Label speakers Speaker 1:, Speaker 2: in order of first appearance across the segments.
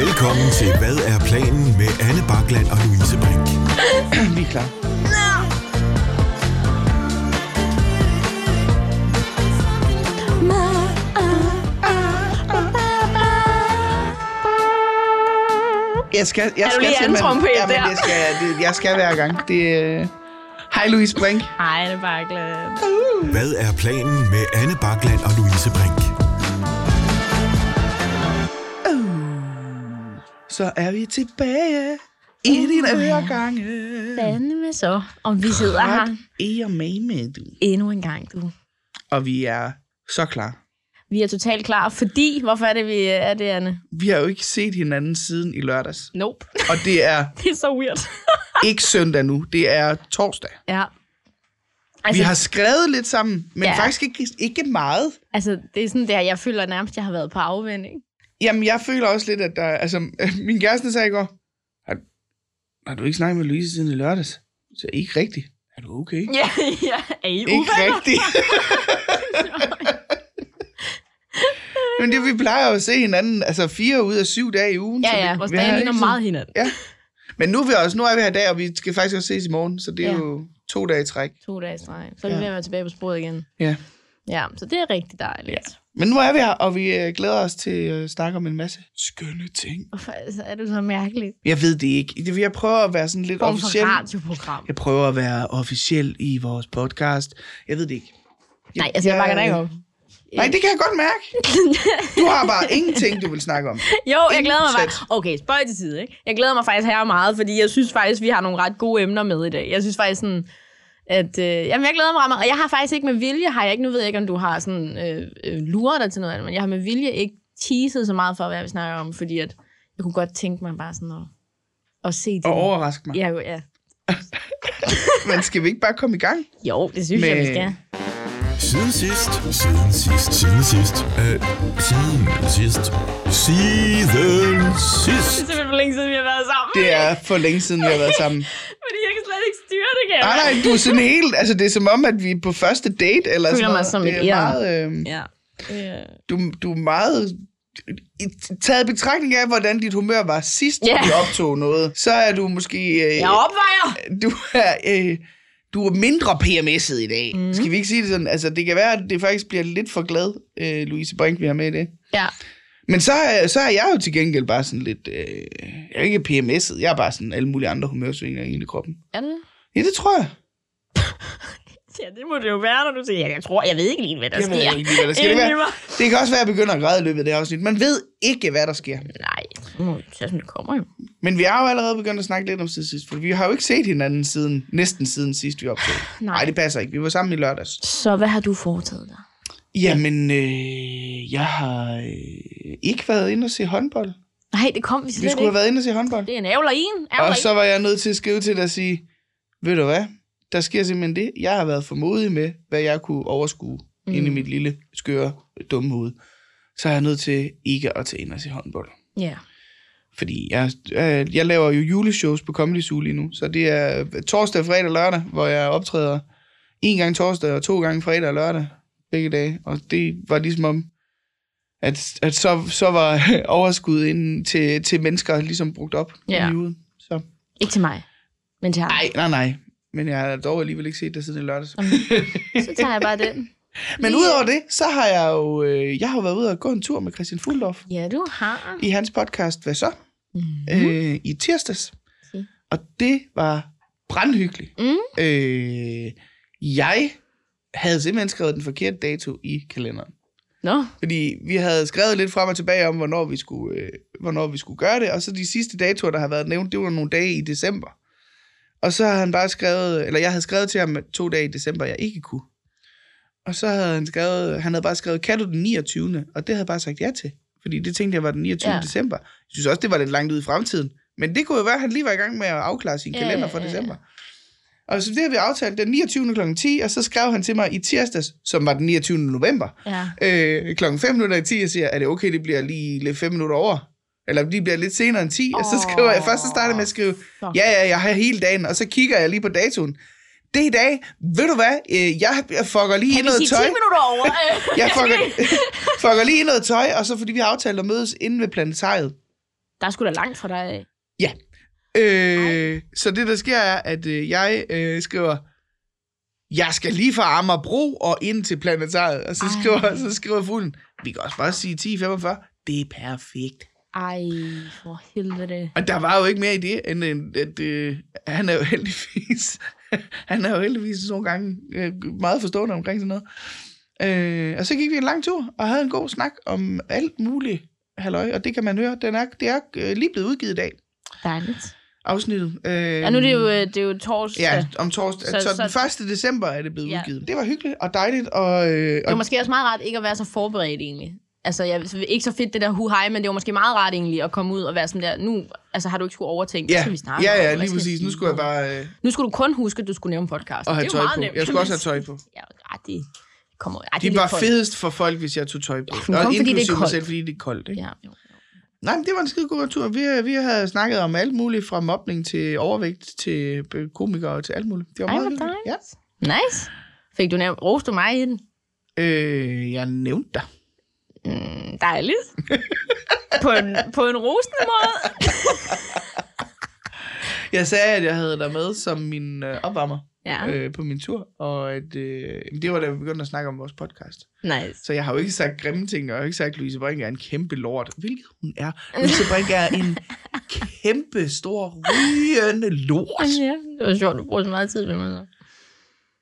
Speaker 1: Velkommen til Hvad er planen med Anne Bakland og Louise Brink.
Speaker 2: Vi er klar. Jeg skal, jeg
Speaker 3: Er du
Speaker 2: skal
Speaker 3: lige
Speaker 2: simpelthen-
Speaker 3: anden trompet
Speaker 2: Jamen,
Speaker 3: der?
Speaker 2: det skal, jeg. det, jeg skal hver gang. Det, øh... Hej Louise Brink.
Speaker 3: Hej, det er bare glad.
Speaker 1: Hvad er planen med Anne Bakland og Louise Brink?
Speaker 2: Så er vi tilbage i
Speaker 3: Uh.
Speaker 2: dine øregange.
Speaker 3: Fandeme så, om vi sidder her
Speaker 2: Godt er med med, du.
Speaker 3: endnu en gang, du.
Speaker 2: Og vi er så klar.
Speaker 3: Vi er totalt klar, fordi... Hvorfor er det, vi er det, Anne?
Speaker 2: Vi har jo ikke set hinanden siden i lørdags.
Speaker 3: Nope.
Speaker 2: Og det er
Speaker 3: Det er så weird.
Speaker 2: ikke søndag nu, det er torsdag.
Speaker 3: ja.
Speaker 2: Altså,
Speaker 3: Altså,
Speaker 2: vi har skrevet lidt sammen, men
Speaker 3: Ja.
Speaker 2: ja. faktisk ikke, ikke meget.
Speaker 3: altså, det er sådan der, jeg føler nærmest, jeg har været på afvending.
Speaker 2: Jamen, jeg føler også lidt, at der... Altså, min kæreste sagde i går, har, har du ikke snakket med Louise siden i lørdags? Så jeg, ikke rigtigt. Er du okay?
Speaker 3: Ja, ja. Er I
Speaker 2: Ikke rigtigt. Men det, vi plejer jo at se hinanden, altså fire ud af syv dage i ugen.
Speaker 3: Ja,
Speaker 2: så vi-
Speaker 3: ja, vores
Speaker 2: vi har
Speaker 3: dage ligner
Speaker 2: ikke sådan-
Speaker 3: meget hinanden.
Speaker 2: Ja. Men nu er vi også, nu er vi her i dag, og vi skal faktisk også ses i morgen, så det er
Speaker 3: Ja.
Speaker 2: ja. jo to dage i træk.
Speaker 3: To dage i streg. Så er vi
Speaker 2: Ja.
Speaker 3: ved at være tilbage på sporet igen.
Speaker 2: Ja.
Speaker 3: Ja, så det er rigtig dejligt. Ja.
Speaker 2: Men nu er vi her, og vi øh, glæder os til at snakke om en masse skønne ting.
Speaker 3: Hvorfor altså, er det så mærkeligt?
Speaker 2: Jeg ved det ikke. Det- Jeg prøver at være sådan lidt
Speaker 3: Form for
Speaker 2: officiel.
Speaker 3: radioprogram.
Speaker 2: Jeg prøver at være officiel i vores podcast. Jeg ved det ikke.
Speaker 3: Nej, altså, jeg bakker dig ikke op.
Speaker 2: Nej, det kan jeg godt mærke. Du har bare ingenting, du vil snakke om.
Speaker 3: Jo, jeg glæder mig
Speaker 2: Intet.
Speaker 3: faktisk. Okay, spøj til side, ikke? Jeg glæder mig faktisk her meget, fordi jeg synes faktisk, vi har nogle ret gode emner med i dag. Jeg synes faktisk sådan, at... Øh, jamen, jeg glæder mig ret meget. Og jeg har faktisk ikke med vilje, har jeg ikke... Nu ved jeg ikke, om du har sådan øh, øh, luret dig til noget andet, men jeg har med vilje ikke teaset så meget for, hvad vi snakker om, fordi at jeg kunne godt tænke mig bare sådan at, at se det.
Speaker 2: Og overraske mig.
Speaker 3: Ja, jo, ja.
Speaker 2: Men skal vi ikke bare komme i gang?
Speaker 3: jo, det synes men... jeg, vi
Speaker 2: Men-
Speaker 3: skal.
Speaker 1: Siden sidst, siden sidst, siden sidst, øh, siden sidst, siden sidst.
Speaker 3: Det er simpelthen for længe siden, vi har været sammen.
Speaker 2: Det er for længe siden, vi har været sammen.
Speaker 3: Fordi jeg kan slet ikke styre det, kan jeg
Speaker 2: Nej, nej, du er sådan helt... Altså, det er som om, at vi er på første date, eller
Speaker 3: Føler
Speaker 2: sådan
Speaker 3: mig
Speaker 2: noget.
Speaker 3: som
Speaker 2: det
Speaker 3: et
Speaker 2: er
Speaker 3: æren.
Speaker 2: meget, øh,
Speaker 3: Ja. Øh,
Speaker 2: du, du er meget... i- Taget i betragtning af, hvordan dit humør var sidst,
Speaker 3: Ja.
Speaker 2: yeah. vi optog noget, så er du måske... Øh,
Speaker 3: Jeg opvejer!
Speaker 2: du er, øh, du er mindre PMS'et i dag. Mm. Skal vi ikke sige det sådan? Altså, det kan være, at det faktisk bliver lidt for glad, øh, Louise Brink, vi har med i det.
Speaker 3: Ja.
Speaker 2: Men så, er- så er jeg jo til gengæld bare sådan lidt... Øh, jeg er ikke PMS'et, jeg er bare sådan alle mulige andre humørsvinger i hele kroppen.
Speaker 3: Er det det?
Speaker 2: Ja, det tror jeg.
Speaker 3: Ja, det må det jo være, når du siger, "Ja, jeg tror, jeg ved ikke lige, hvad der
Speaker 2: Jeg ved
Speaker 3: sker.
Speaker 2: ikke lige, hvad der sker. Det, kan
Speaker 3: Inden i mig.
Speaker 2: være- det kan også være, at jeg begynder at græde i løbet af det her afsnit. Man ved ikke, hvad der sker.
Speaker 3: Nej, det må så sådan, det kommer jo.
Speaker 2: Men vi har jo allerede begyndt at snakke lidt om siden sidst, for vi har jo ikke set hinanden siden, næsten siden sidst, vi optog.
Speaker 3: Nej.
Speaker 2: Nej, det passer ikke. Vi var sammen i lørdags.
Speaker 3: Så hvad har du foretaget dig?
Speaker 2: Jamen, øh, jeg har øh, ikke været inde og se håndbold.
Speaker 3: Nej, det kom vi slet
Speaker 2: Vi skulle
Speaker 3: ikke.
Speaker 2: have været inde og se håndbold.
Speaker 3: Det er en ævler i en. Ævler
Speaker 2: Og
Speaker 3: i en.
Speaker 2: så var jeg nødt til at skrive til dig og sige, ved du hvad, der sker simpelthen det. Jeg har været for modig med, hvad jeg kunne overskue mm. inde i mit lille, skøre, dumme hoved. Så er jeg nødt til ikke at tage ind og se håndbold.
Speaker 3: Ja.
Speaker 2: Fordi jeg, øh, jeg laver jo juleshows på Comedy Zoo lige nu, så det er øh, torsdag, fredag og lørdag, hvor jeg optræder en gang torsdag og to gange fredag og lørdag, begge dage. Og det var ligesom om, at, at så, så var overskuddet inden til, til mennesker ligesom brugt op
Speaker 3: Ja.
Speaker 2: i ugen. Så.
Speaker 3: Ikke til mig, men til ham.
Speaker 2: Nej, nej, nej. Men jeg har dog alligevel ikke set det siden i lørdags.
Speaker 3: Så tager jeg bare den.
Speaker 2: Men udover det, så har jeg jo øh, jeg har været ude og gå en tur med Christian Fuldorf
Speaker 3: Ja, du har.
Speaker 2: i hans podcast, Hvad så?
Speaker 3: Mm.
Speaker 2: øh, i tirsdags.
Speaker 3: Okay.
Speaker 2: Og det var brandhyggeligt.
Speaker 3: Mm.
Speaker 2: Øh, jeg havde simpelthen skrevet den forkerte dato i kalenderen.
Speaker 3: Nå,
Speaker 2: Fordi vi havde skrevet lidt frem og tilbage om, hvornår vi skulle, øh, hvornår vi skulle gøre det. Og så de sidste datoer, der har været nævnt, det var nogle dage i december. Og så havde han bare skrevet, eller jeg havde skrevet til ham at to dage i december, jeg ikke kunne. Og så havde han skrevet, han havde bare skrevet, kan du den 29. Og det havde jeg bare sagt ja til. Fordi det tænkte jeg var den 29.
Speaker 3: Ja.
Speaker 2: Ja. december. Jeg synes også, det var lidt langt ud i fremtiden. Men det kunne jo være, at han lige var i gang med at afklare sin
Speaker 3: Ja,
Speaker 2: kalender
Speaker 3: ja,
Speaker 2: for
Speaker 3: ja, ja.
Speaker 2: december. Og så det havde vi aftalt den 29. kl. 10, og så skrev han til mig i tirsdags, som var den 29. november,
Speaker 3: ja.
Speaker 2: øh, klokken 5 minutter i 10, jeg siger, er det okay, det bliver lige lidt 5 minutter over? Eller det bliver lidt senere end 10, oh, og så skriver jeg, først så starter jeg med at skrive,
Speaker 3: Fuck.
Speaker 2: ja, ja, jeg har hele dagen, og så kigger jeg lige på datoen. Det er i dag, ved du hvad, øh, jeg jeg fucker lige i
Speaker 3: Kan vi
Speaker 2: noget
Speaker 3: sige
Speaker 2: tøj.
Speaker 3: 10 minutter over? Øh,
Speaker 2: Jeg fucker, fucker lige i noget tøj, og så fordi vi har aftalt at mødes inde ved planetariet.
Speaker 3: Der er sgu da langt fra dig af.
Speaker 2: Øh, så det, der sker, er, at øh, jeg øh, skriver, jeg skal lige fra Amagerbro og ind til planetariet. Og så
Speaker 3: Ej.
Speaker 2: skriver, så skriver fuglen, vi kan også bare sige 10.45. Det er perfekt.
Speaker 3: Ej, for helvede.
Speaker 2: Og der var jo ikke mere i det, end end at øh, han er jo heldigvis, han er jo heldigvis nogle gange øh, meget forstående omkring sådan noget. Øh, og så gik vi en lang tur og havde en god snak om alt muligt halløj, og det kan man høre. Den er, det er øh, lige blevet udgivet i dag,
Speaker 3: Dejligt.
Speaker 2: afsnittet. Øh,
Speaker 3: Ja, nu er det jo, øh, det er jo torsdag.
Speaker 2: Ja, om torsdag.
Speaker 3: Så-
Speaker 2: Så,
Speaker 3: så-
Speaker 2: den 1. december er det blevet
Speaker 3: Ja.
Speaker 2: udgivet. Det var hyggeligt og dejligt. Og, øh,
Speaker 3: Det
Speaker 2: og
Speaker 3: var måske også meget rart ikke at være så forberedt egentlig. Altså, jeg, så ikke så fedt det der huhej, men det var måske meget rart egentlig at komme ud og være sådan der, nu altså, har du ikke skulle overtænke, hvad
Speaker 2: ja,
Speaker 3: skal vi snakke
Speaker 2: ja,
Speaker 3: om?
Speaker 2: ja,
Speaker 3: Hvad
Speaker 2: lige
Speaker 3: skal jeg
Speaker 2: præcis. Nu
Speaker 3: sige?
Speaker 2: skulle jeg bare øh,
Speaker 3: Nu skulle du kun huske, at du skulle nævne podcasten.
Speaker 2: og have
Speaker 3: det er
Speaker 2: tøj
Speaker 3: jo meget
Speaker 2: på.
Speaker 3: Nemt,
Speaker 2: Jeg skulle også have tøj på.
Speaker 3: Ja, ej, det kommer... Ej,
Speaker 2: Det er
Speaker 3: lidt
Speaker 2: bare
Speaker 3: koldt.
Speaker 2: fedest for folk, hvis jeg tog tøj på.
Speaker 3: men
Speaker 2: og
Speaker 3: kun fordi det er
Speaker 2: inklusive mig
Speaker 3: koldt.
Speaker 2: selv, fordi det er koldt. Ikke?
Speaker 3: Ja, jo.
Speaker 2: Nej, men det var en skide god tur. Vi, øh, vi havde snakket om alt muligt, fra mobning til overvægt, til øh, komikere og til alt muligt. Det var
Speaker 3: Ej,
Speaker 2: meget
Speaker 3: hvor
Speaker 2: hyggeligt. Ja.
Speaker 3: dejligt. Nice. Fik du nævnt, roste mig i den?
Speaker 2: Øh, jeg nævnte dig.
Speaker 3: Mm, dejligt. på, en, på en rosende måde.
Speaker 2: Jeg sagde, at jeg havde dig med som min øh, opvarmer
Speaker 3: Ja,
Speaker 2: øh, på min tur, og at, øh, jamen, det var da vi begyndte at snakke om vores podcast.
Speaker 3: nice.
Speaker 2: Så jeg har jo ikke sagt grimme ting, og jeg har ikke sagt, at Louise Brink er en kæmpe lort, hvilket hun er. Louise Brink er en kæmpe, stor, rygende lort.
Speaker 3: Ja, det var sjovt, du brugte så meget tid med mig. Så.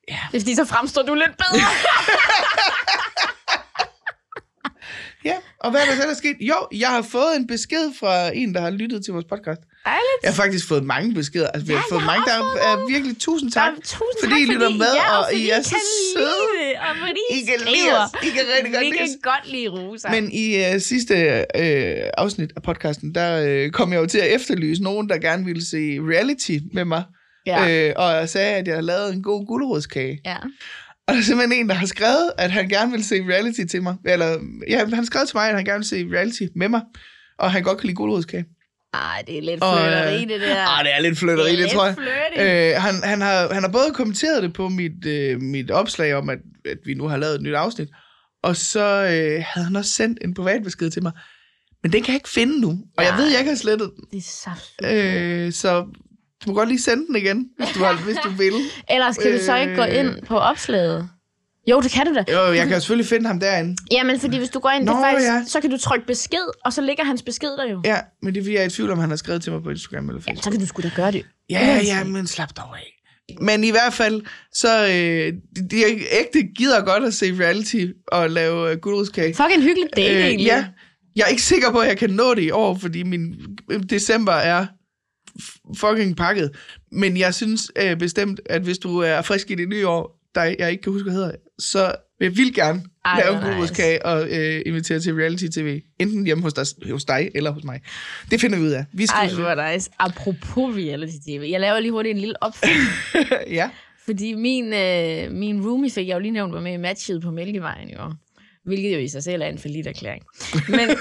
Speaker 2: Ja.
Speaker 3: Det er fordi, så fremstår du lidt bedre.
Speaker 2: Ja, og hvad er der så der er sket? Jo, jeg har fået en besked fra en, der har lyttet til vores podcast.
Speaker 3: Dejligt.
Speaker 2: Jeg har faktisk fået mange beskeder. Altså, vi har
Speaker 3: Ja,
Speaker 2: fået
Speaker 3: jeg har
Speaker 2: mange, der
Speaker 3: også fået
Speaker 2: er virkelig tusind
Speaker 3: Tak,
Speaker 2: tak.
Speaker 3: tusind
Speaker 2: fordi
Speaker 3: tak,
Speaker 2: I lytter med,
Speaker 3: ja,
Speaker 2: og
Speaker 3: fordi
Speaker 2: I er så
Speaker 3: kan
Speaker 2: søde.
Speaker 3: lide det, og fordi I,
Speaker 2: I kan lide
Speaker 3: skriver.
Speaker 2: os. I kan rigtig godt
Speaker 3: Vi
Speaker 2: lide
Speaker 3: kan
Speaker 2: os.
Speaker 3: godt lide roser.
Speaker 2: Men i øh, sidste øh, afsnit af podcasten, der øh, kom jeg jo til at efterlyse nogen, der gerne ville se reality med mig.
Speaker 3: ja. Øh,
Speaker 2: Øh, og jeg sagde, at jeg havde lavet en god guldrodskage.
Speaker 3: ja.
Speaker 2: Og der er simpelthen en, der har skrevet, at han gerne vil se reality til mig. Eller, ja, han skrev til mig, at han gerne vil se reality med mig. Og han godt kan lide guldrodskage.
Speaker 3: Ej, det er lidt
Speaker 2: Og, øh,
Speaker 3: fløtteri, det der.
Speaker 2: Ah, det er lidt flytteri, det,
Speaker 3: lidt
Speaker 2: tror jeg.
Speaker 3: flirty.
Speaker 2: Øh, han, han, har, han har både kommenteret det på mit, øh, mit opslag om, at, at vi nu har lavet et nyt afsnit, og så øh, havde han også sendt en privatbesked til mig. Men den kan jeg ikke finde nu, og jeg
Speaker 3: Nej.
Speaker 2: ved, jeg ikke har slettet den.
Speaker 3: Det er så sødt.
Speaker 2: Øh, så du må godt lige sende den igen, hvis du, har, hvis du vil.
Speaker 3: Ellers kan du så ikke gå
Speaker 2: øh,
Speaker 3: ind på opslaget. Jo, det kan du da.
Speaker 2: Jo, jeg kan jo selvfølgelig finde ham derinde.
Speaker 3: Jamen, fordi hvis du går ind, det
Speaker 2: Nå,
Speaker 3: er faktisk,
Speaker 2: ja.
Speaker 3: så kan du trykke besked, og så ligger hans besked der jo.
Speaker 2: Ja, men det er fordi, jeg er i tvivl om, han har skrevet til mig på Instagram eller
Speaker 3: Jamen,
Speaker 2: Facebook.
Speaker 3: så kan du sgu da gøre det.
Speaker 2: Ja, ja, men slap dog af. Men i hvert fald, så øh, de, de ægte gider godt at se reality og lave øh, guldrudskage.
Speaker 3: Fuck en hyggelig date, øh, egentlig.
Speaker 2: ja. Jeg er ikke sikker på, at jeg kan nå det i år, fordi min øh, december er f- fucking pakket. Men jeg synes øh, bestemt, at hvis du er frisk i det nye år, der jeg ikke kan huske, hvad hedder, så vil jeg vildt gerne
Speaker 3: Ej,
Speaker 2: Ej, lave en
Speaker 3: hvor
Speaker 2: god
Speaker 3: nice.
Speaker 2: nice. og øh, invitere til reality-tv. Enten hjemme hos dig, hos dig eller hos mig. Det finder vi ud af. Vi skal
Speaker 3: Ej, hvor nice. Apropos reality tv. Jeg laver lige hurtigt en lille opfølgning.
Speaker 2: ja.
Speaker 3: Fordi min, øh, min roomie fik jeg jo lige nævnt, var med i matchet på Mælkevejen i år. Hvilket jo i sig selv er en forlidt erklæring. Men,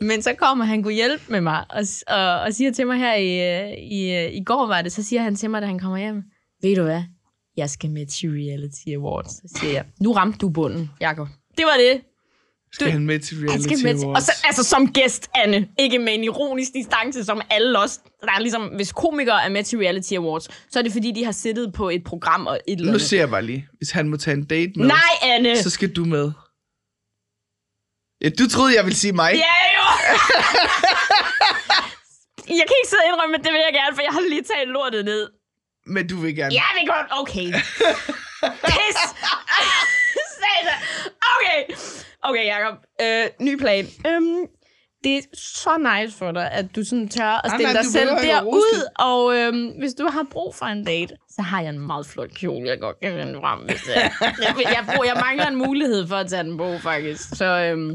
Speaker 3: men så kommer han kunne hjælpe med mig og, s- og, og siger til mig her i, øh, i, øh, i går var det, så siger han til mig, da han kommer hjem, ved du hvad, jeg skal med til Reality Awards. Så siger jeg, nu ramte du bunden, Jakob. Det var det.
Speaker 2: Skal
Speaker 3: Du-
Speaker 2: han med til
Speaker 3: Han
Speaker 2: reality
Speaker 3: skal med til, og
Speaker 2: Awards?
Speaker 3: så, altså som gæst, Anne. Ikke med en ironisk distance, som alle os. Der er ligesom, hvis komikere er med til Reality Awards, så er det fordi, de har siddet på et program og et eller
Speaker 2: Nu
Speaker 3: andet.
Speaker 2: ser jeg bare lige, hvis han må tage en date med,
Speaker 3: Nej, Anne!
Speaker 2: så skal du med. Ja, du troede, jeg ville sige mig.
Speaker 3: Ja, jo! jeg kan ikke sidde og indrømme, at det vil jeg gerne, for jeg har lige taget lortet ned.
Speaker 2: Men du vil gerne.
Speaker 3: Jeg vil godt... Okay. Pis! Satan. okay. Okay, Jacob. Øh, ny plan. Øhm, det er så nice for dig, at du sådan tør at
Speaker 2: nej,
Speaker 3: stille dig
Speaker 2: du
Speaker 3: selv
Speaker 2: behøver ikke at rose
Speaker 3: derud. Og øhm, hvis du har brug for en date, så har jeg en meget flot kjole, jeg godt kan vende frem. Hvis jeg, jeg, jeg, bruger, jeg mangler en mulighed for at tage den på, faktisk. Så øhm,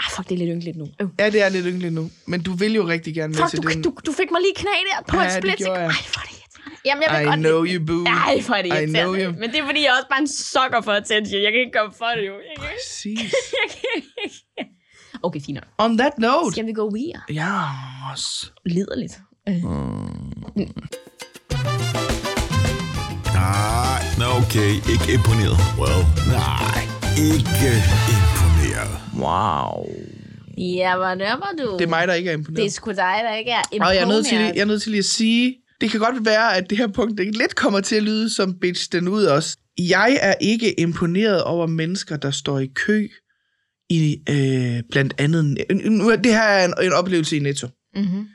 Speaker 3: ah, fuck, det er lidt ynkeligt nu. Øh.
Speaker 2: Ja, det er lidt ynkeligt nu. Men du vil jo rigtig gerne med
Speaker 3: Fuck,
Speaker 2: til
Speaker 3: du,
Speaker 2: den.
Speaker 3: du, du fik mig lige knæ der på
Speaker 2: Ja,
Speaker 3: et
Speaker 2: det
Speaker 3: split.
Speaker 2: gjorde jeg.
Speaker 3: Ej, hvor er det irriterende. Jamen, jeg vil
Speaker 2: I
Speaker 3: godt
Speaker 2: know you, boo.
Speaker 3: Ej, for er det
Speaker 2: I know
Speaker 3: irriterende.
Speaker 2: you.
Speaker 3: Men det er, fordi jeg er også bare en sucker for attention. Jeg kan ikke komme for det, jo. Jeg kan,
Speaker 2: Præcis.
Speaker 3: jeg kan ikke. Okay, fint nok.
Speaker 2: On that note.
Speaker 3: Skal vi gå weird?
Speaker 2: Ja,
Speaker 3: Liderligt.
Speaker 1: Nej, nå okay, ikke imponeret. Well, nej, ikke imponeret.
Speaker 2: Wow.
Speaker 3: Ja, hvor nørmer du?
Speaker 2: Det er mig, der ikke er imponeret.
Speaker 3: Det er sgu dig, der ikke er
Speaker 2: Og
Speaker 3: imponeret.
Speaker 2: jeg er, nødt til, lige- jeg er nødt til lige at sige, det kan godt være, at det her punkt ikke lidt kommer til at lyde som bitch den ud også. Jeg er ikke imponeret over mennesker, der står i kø i øh, blandt andet... Nu er- Det her er en, en oplevelse i Netto.
Speaker 3: Mm-hmm.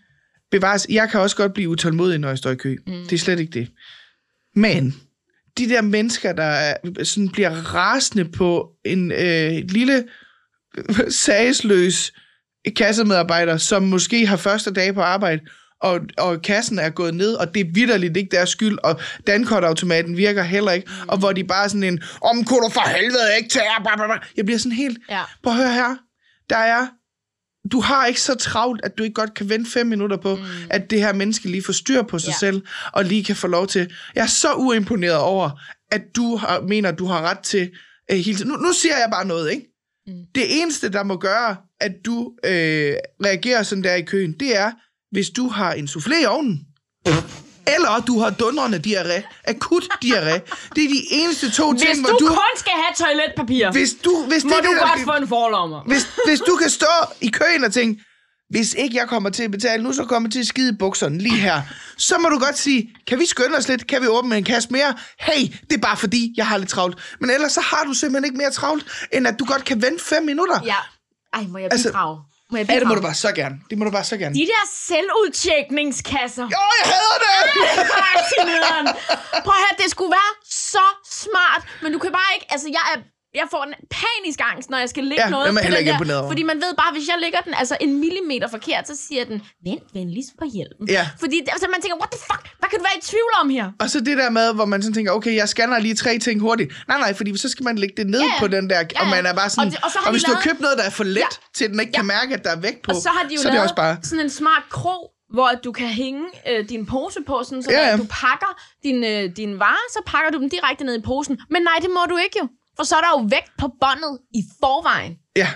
Speaker 2: Bevares, jeg kan også godt blive utålmodig, når jeg står i kø. Mm. Det er slet ikke det. Men de der mennesker, der er- sådan bliver rasende på en øh, lille sagsløs kassemedarbejder, som måske har første dag på arbejde, og, og kassen er gået ned, og det er vidderligt ikke deres skyld, og dankortautomaten virker heller ikke, mm. og hvor de bare sådan en, om kunne du for helvede ikke tage, bla, bla, bla." jeg bliver sådan helt,
Speaker 3: Ja.
Speaker 2: prøv at høre her, der er, du har ikke så travlt, at du ikke godt kan vente fem minutter på, mm. at det her menneske lige får styr på sig
Speaker 3: Ja.
Speaker 2: ja. selv, og lige kan få lov til, jeg er så uimponeret over, at du har, mener, du har ret til øh, hele tiden, nu, nu siger jeg bare noget, ikke?
Speaker 3: Mm.
Speaker 2: Det eneste, der må gøre, at du øh, reagerer sådan der i køen, det er, hvis du har en soufflé i ovnen. Eller du har dundrende diarré, akut diarré. Det er de eneste to ting,
Speaker 3: Hvis
Speaker 2: hvor
Speaker 3: du,
Speaker 2: du...
Speaker 3: kun skal have toiletpapir,
Speaker 2: Hvis du, hvis
Speaker 3: må
Speaker 2: det, er
Speaker 3: du
Speaker 2: det,
Speaker 3: godt
Speaker 2: der,
Speaker 3: få en forlommer.
Speaker 2: hvis, hvis du kan stå i køen og tænke, hvis ikke jeg kommer til at betale nu, så kommer jeg til at skide i bukserne lige her. Så må du godt sige, kan vi skynde os lidt? Kan vi åbne en kasse mere? Hey, det er bare fordi, jeg har lidt travlt. Men ellers så har du simpelthen ikke mere travlt, end at du godt kan vente fem minutter.
Speaker 3: Ja. Ej, må jeg
Speaker 2: Altså,
Speaker 3: bidrage? må
Speaker 2: Ja,
Speaker 3: jeg bidrage?
Speaker 2: det må du bare så gerne. Det må du bare så gerne.
Speaker 3: De der selvudtjekningskasser.
Speaker 2: Åh, oh, jeg hader det!
Speaker 3: Aktiveren. Prøv at høre, det skulle være så smart, men du kan bare ikke, altså jeg er jeg får en panisk angst, når jeg skal lægge
Speaker 2: Ja,
Speaker 3: noget
Speaker 2: dem er
Speaker 3: på
Speaker 2: heller
Speaker 3: den
Speaker 2: ikke
Speaker 3: der,
Speaker 2: imponeret over.
Speaker 3: Fordi man ved bare, hvis jeg lægger den altså en millimeter forkert, så siger den, vent venligst på hjælpen.
Speaker 2: Ja.
Speaker 3: Fordi det- altså, man tænker, what the fuck, hvad kan du være i tvivl om her?
Speaker 2: Og så det der med, hvor man sådan tænker, okay, jeg scanner lige tre ting hurtigt. Nej, nej, fordi så skal man lægge det ned
Speaker 3: Ja, ja.
Speaker 2: på den der,
Speaker 3: Ja,
Speaker 2: og
Speaker 3: ja.
Speaker 2: man er bare sådan,
Speaker 3: Og det- og så har de
Speaker 2: hvis du har
Speaker 3: lavet-
Speaker 2: købt noget, der er for let,
Speaker 3: Ja.
Speaker 2: til at den ikke
Speaker 3: Ja.
Speaker 2: kan mærke, at der er vægt på,
Speaker 3: Og så har de jo
Speaker 2: så er det
Speaker 3: lavet
Speaker 2: også bare...
Speaker 3: sådan en smart krog, hvor at du kan hænge øh, din pose på, sådan, så
Speaker 2: Ja,
Speaker 3: ja,
Speaker 2: ja.
Speaker 3: du pakker din, øh, din vare, så pakker du dem direkte ned i posen. Men nej, det må du ikke jo, for så er der jo vægt på båndet i forvejen.
Speaker 2: Ja,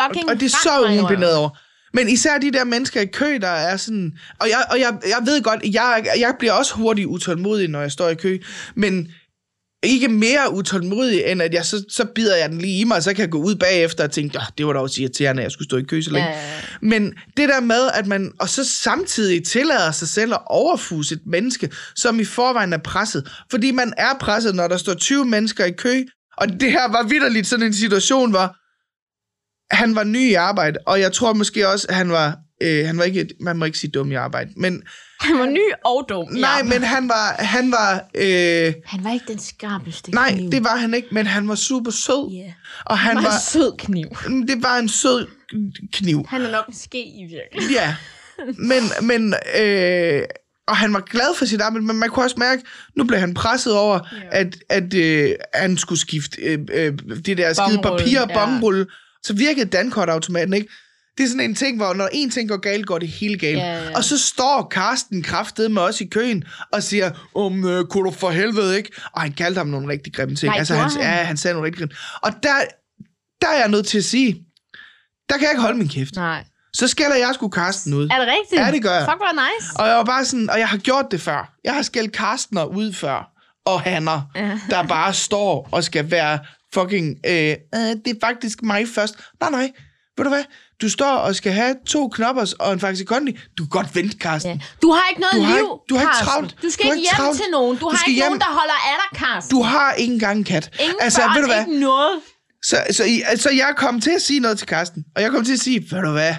Speaker 3: Fucking
Speaker 2: og det er så
Speaker 3: rend mig i røven.
Speaker 2: uimponeret over. Men især de der mennesker i kø, der er sådan... Og jeg, og jeg, jeg ved godt, jeg, jeg bliver også hurtigt utålmodig, når jeg står i kø, men ikke mere utålmodig, end at jeg så, så bider jeg den lige i mig, og så kan jeg gå ud bagefter og tænke, "Åh, det var da også irriterende, at jeg skulle stå i kø så længe.
Speaker 3: Ja, ja, ja.
Speaker 2: Men det der med, at man og så samtidig tillader sig selv at overfuse et menneske, som i forvejen er presset. Fordi man er presset, når der står 20 mennesker i kø, og det her var vidderligt sådan en situation, hvor han var ny i arbejde, og jeg tror måske også, at han var, øh, han var ikke, man må ikke sige dum i arbejde, men
Speaker 3: Han var ny og dum.
Speaker 2: nej, men han var, han var, øh,
Speaker 3: Han var ikke den skarpeste
Speaker 2: nej,
Speaker 3: kniv.
Speaker 2: det var han ikke, men han var super sød,
Speaker 3: Mm. Ja.
Speaker 2: og han
Speaker 3: han var
Speaker 2: var, mm,
Speaker 3: en sød kniv.
Speaker 2: det var en sød kniv.
Speaker 3: Han er nok en ske i virkeligheden.
Speaker 2: Ja, men, men øh, og han var glad for sit arbejde, men man kunne også mærke, nu blev han presset over,
Speaker 3: Ja.
Speaker 2: at, at øh, han skulle skifte øh, øh, det der skide
Speaker 3: Bomrulle,
Speaker 2: papir og
Speaker 3: ja.
Speaker 2: bomrulle. Så virkede dankortautomaten, ikke? Det er sådan en ting, hvor når en ting går galt, går det hele galt.
Speaker 3: Ja, ja.
Speaker 2: Og så står Karsten kraftet med os i køen og siger, om øh, kunne du for helvede ikke? Og han kaldte ham nogle rigtig grimme ting.
Speaker 3: Nej,
Speaker 2: altså,
Speaker 3: gjorde
Speaker 2: han,
Speaker 3: han?
Speaker 2: Ja, han sagde nogle rigtig grimme. Og der, der er jeg nødt til at sige, der kan jeg ikke holde min kæft.
Speaker 3: Nej.
Speaker 2: Så skælder jeg sgu Karsten ud.
Speaker 3: Er det rigtigt?
Speaker 2: Ja, det gør jeg.
Speaker 3: Fuck, hvor nice.
Speaker 2: Og jeg var bare sådan, og jeg har gjort det før. Jeg har skældt Karstner ud før, og Hanner,
Speaker 3: Ja.
Speaker 2: der bare står og skal være fucking, øh, øh, det er faktisk mig først. Nej, nej, ved du hvad? Du står og skal have to knoppers og en faxikondi. Du kan godt vente, Karsten.
Speaker 3: Ja.
Speaker 2: Ja.
Speaker 3: Du har ikke noget
Speaker 2: Du har
Speaker 3: liv,
Speaker 2: ikke- du har ikke
Speaker 3: Carsten.
Speaker 2: travlt.
Speaker 3: Du skal
Speaker 2: Du har
Speaker 3: ikke
Speaker 2: ikke
Speaker 3: hjem
Speaker 2: travlt.
Speaker 3: til nogen. Du,
Speaker 2: Du
Speaker 3: har
Speaker 2: skal
Speaker 3: ikke
Speaker 2: hjem.
Speaker 3: nogen, der holder af dig, Carsten.
Speaker 2: Du har ikke engang en kat. Altså,
Speaker 3: Ingen børn,
Speaker 2: ved du hvad?
Speaker 3: ikke noget.
Speaker 2: Så, så, I- altså, jeg kom til at sige noget til Karsten, og jeg kom til at sige, ved du hvad?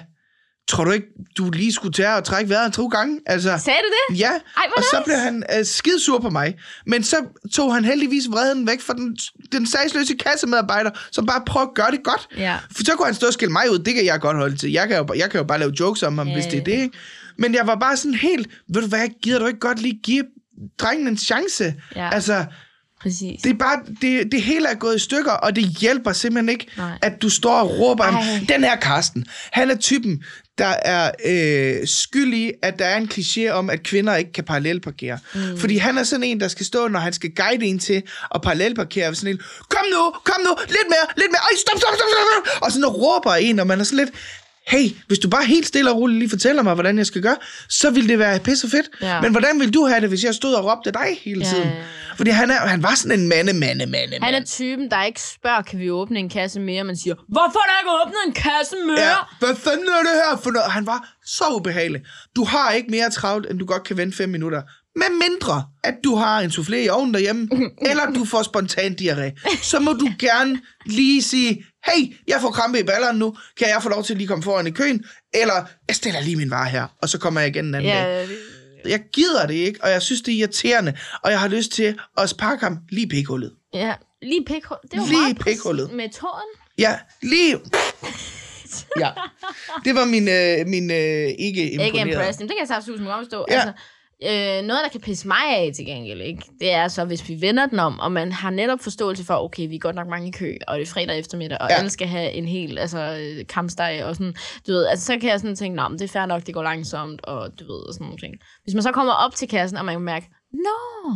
Speaker 2: Tror du ikke, du lige skulle tage og trække vejret to gange? Altså,
Speaker 3: Sagde du det?
Speaker 2: Ja,
Speaker 3: Ej, hvor
Speaker 2: og så
Speaker 3: nice.
Speaker 2: blev han øh, skidsur på mig. Men så tog han heldigvis vreden væk fra den, den sagsløse kassemedarbejder, som bare prøver at gøre det godt.
Speaker 3: Ja.
Speaker 2: For så kunne han stå og skille mig ud, det kan jeg godt holde til. Jeg kan jo, jeg kan jo bare lave jokes om ham,
Speaker 3: Ja,
Speaker 2: hvis det
Speaker 3: ja.
Speaker 2: er det. Ikke? Men jeg var bare sådan helt, ved du hvad, gider du ikke godt lige give drengen en chance?
Speaker 3: Ja.
Speaker 2: Altså,
Speaker 3: Præcis.
Speaker 2: det er bare, det, det hele er gået i stykker, og det hjælper simpelthen ikke,
Speaker 3: Nej.
Speaker 2: at du står og råber ham,
Speaker 3: Ej.
Speaker 2: den her Karsten, han er typen, der er øh, skyld i, at der er en kliché om, at kvinder ikke kan parallelparkere. Mm. Fordi han er sådan en, der skal stå, når han skal guide en til at parallelparkere, sådan en, kom nu, kom nu, lidt mere, lidt mere, ej, stop, stop, stop, stop, stop, og sådan råber en, og man er sådan lidt, hey, hvis du bare helt stille og roligt lige fortæller mig, hvordan jeg skal gøre, så ville det være pisse fedt.
Speaker 3: Ja.
Speaker 2: Men hvordan ville du have det, hvis jeg stod og råbte dig hele
Speaker 3: Ja,
Speaker 2: tiden?
Speaker 3: ja, ja.
Speaker 2: Fordi han, er, han var sådan en mande, mande, mande,
Speaker 3: Han er
Speaker 2: mand.
Speaker 3: typen, der ikke spørger, kan vi åbne en kasse mere? Man siger, hvorfor er der ikke åbnet en kasse mere?
Speaker 2: Ja, hvad fanden er det her for noget? Han var så ubehagelig. Du har ikke mere travlt, end du godt kan vente fem minutter. Med mindre, at du har en soufflé i ovnen derhjemme, eller du får spontan diarré, så må du gerne lige sige, hey, jeg får krampe i balleren nu, kan jeg få lov til at lige komme foran i køen, eller jeg stiller lige min vare her, og så kommer jeg igen en anden dag.
Speaker 3: ja det-
Speaker 2: Jeg gider det ikke, og jeg synes, det er irriterende, og jeg har lyst til at sparke ham lige i pikhullet.
Speaker 3: ja. Lige pikhul. Det var
Speaker 2: Lige
Speaker 3: meget præcist
Speaker 2: pikhullet.
Speaker 3: Med tåren.
Speaker 2: Ja, lige... Ja, det var min, øh, min øh, ikke
Speaker 3: Ikke
Speaker 2: imponeret.
Speaker 3: impressed. Jamen, det kan jeg sagtens huske, man omstå.
Speaker 2: Ja.
Speaker 3: Ja. Altså, øh, noget, der kan pisse mig af til gengæld, ikke? det er så, hvis vi vender den om, og man har netop forståelse for, okay, vi er godt nok mange i kø, og det er fredag eftermiddag, og
Speaker 2: Ja.
Speaker 3: ja. alle skal have en hel altså, øh, kampsteg og sådan, du ved, altså, så kan jeg sådan tænke, nå, men det er fair nok, det går langsomt, og du ved, og sådan nogle ting. Hvis man så kommer op til kassen, og man kan mærke, nå,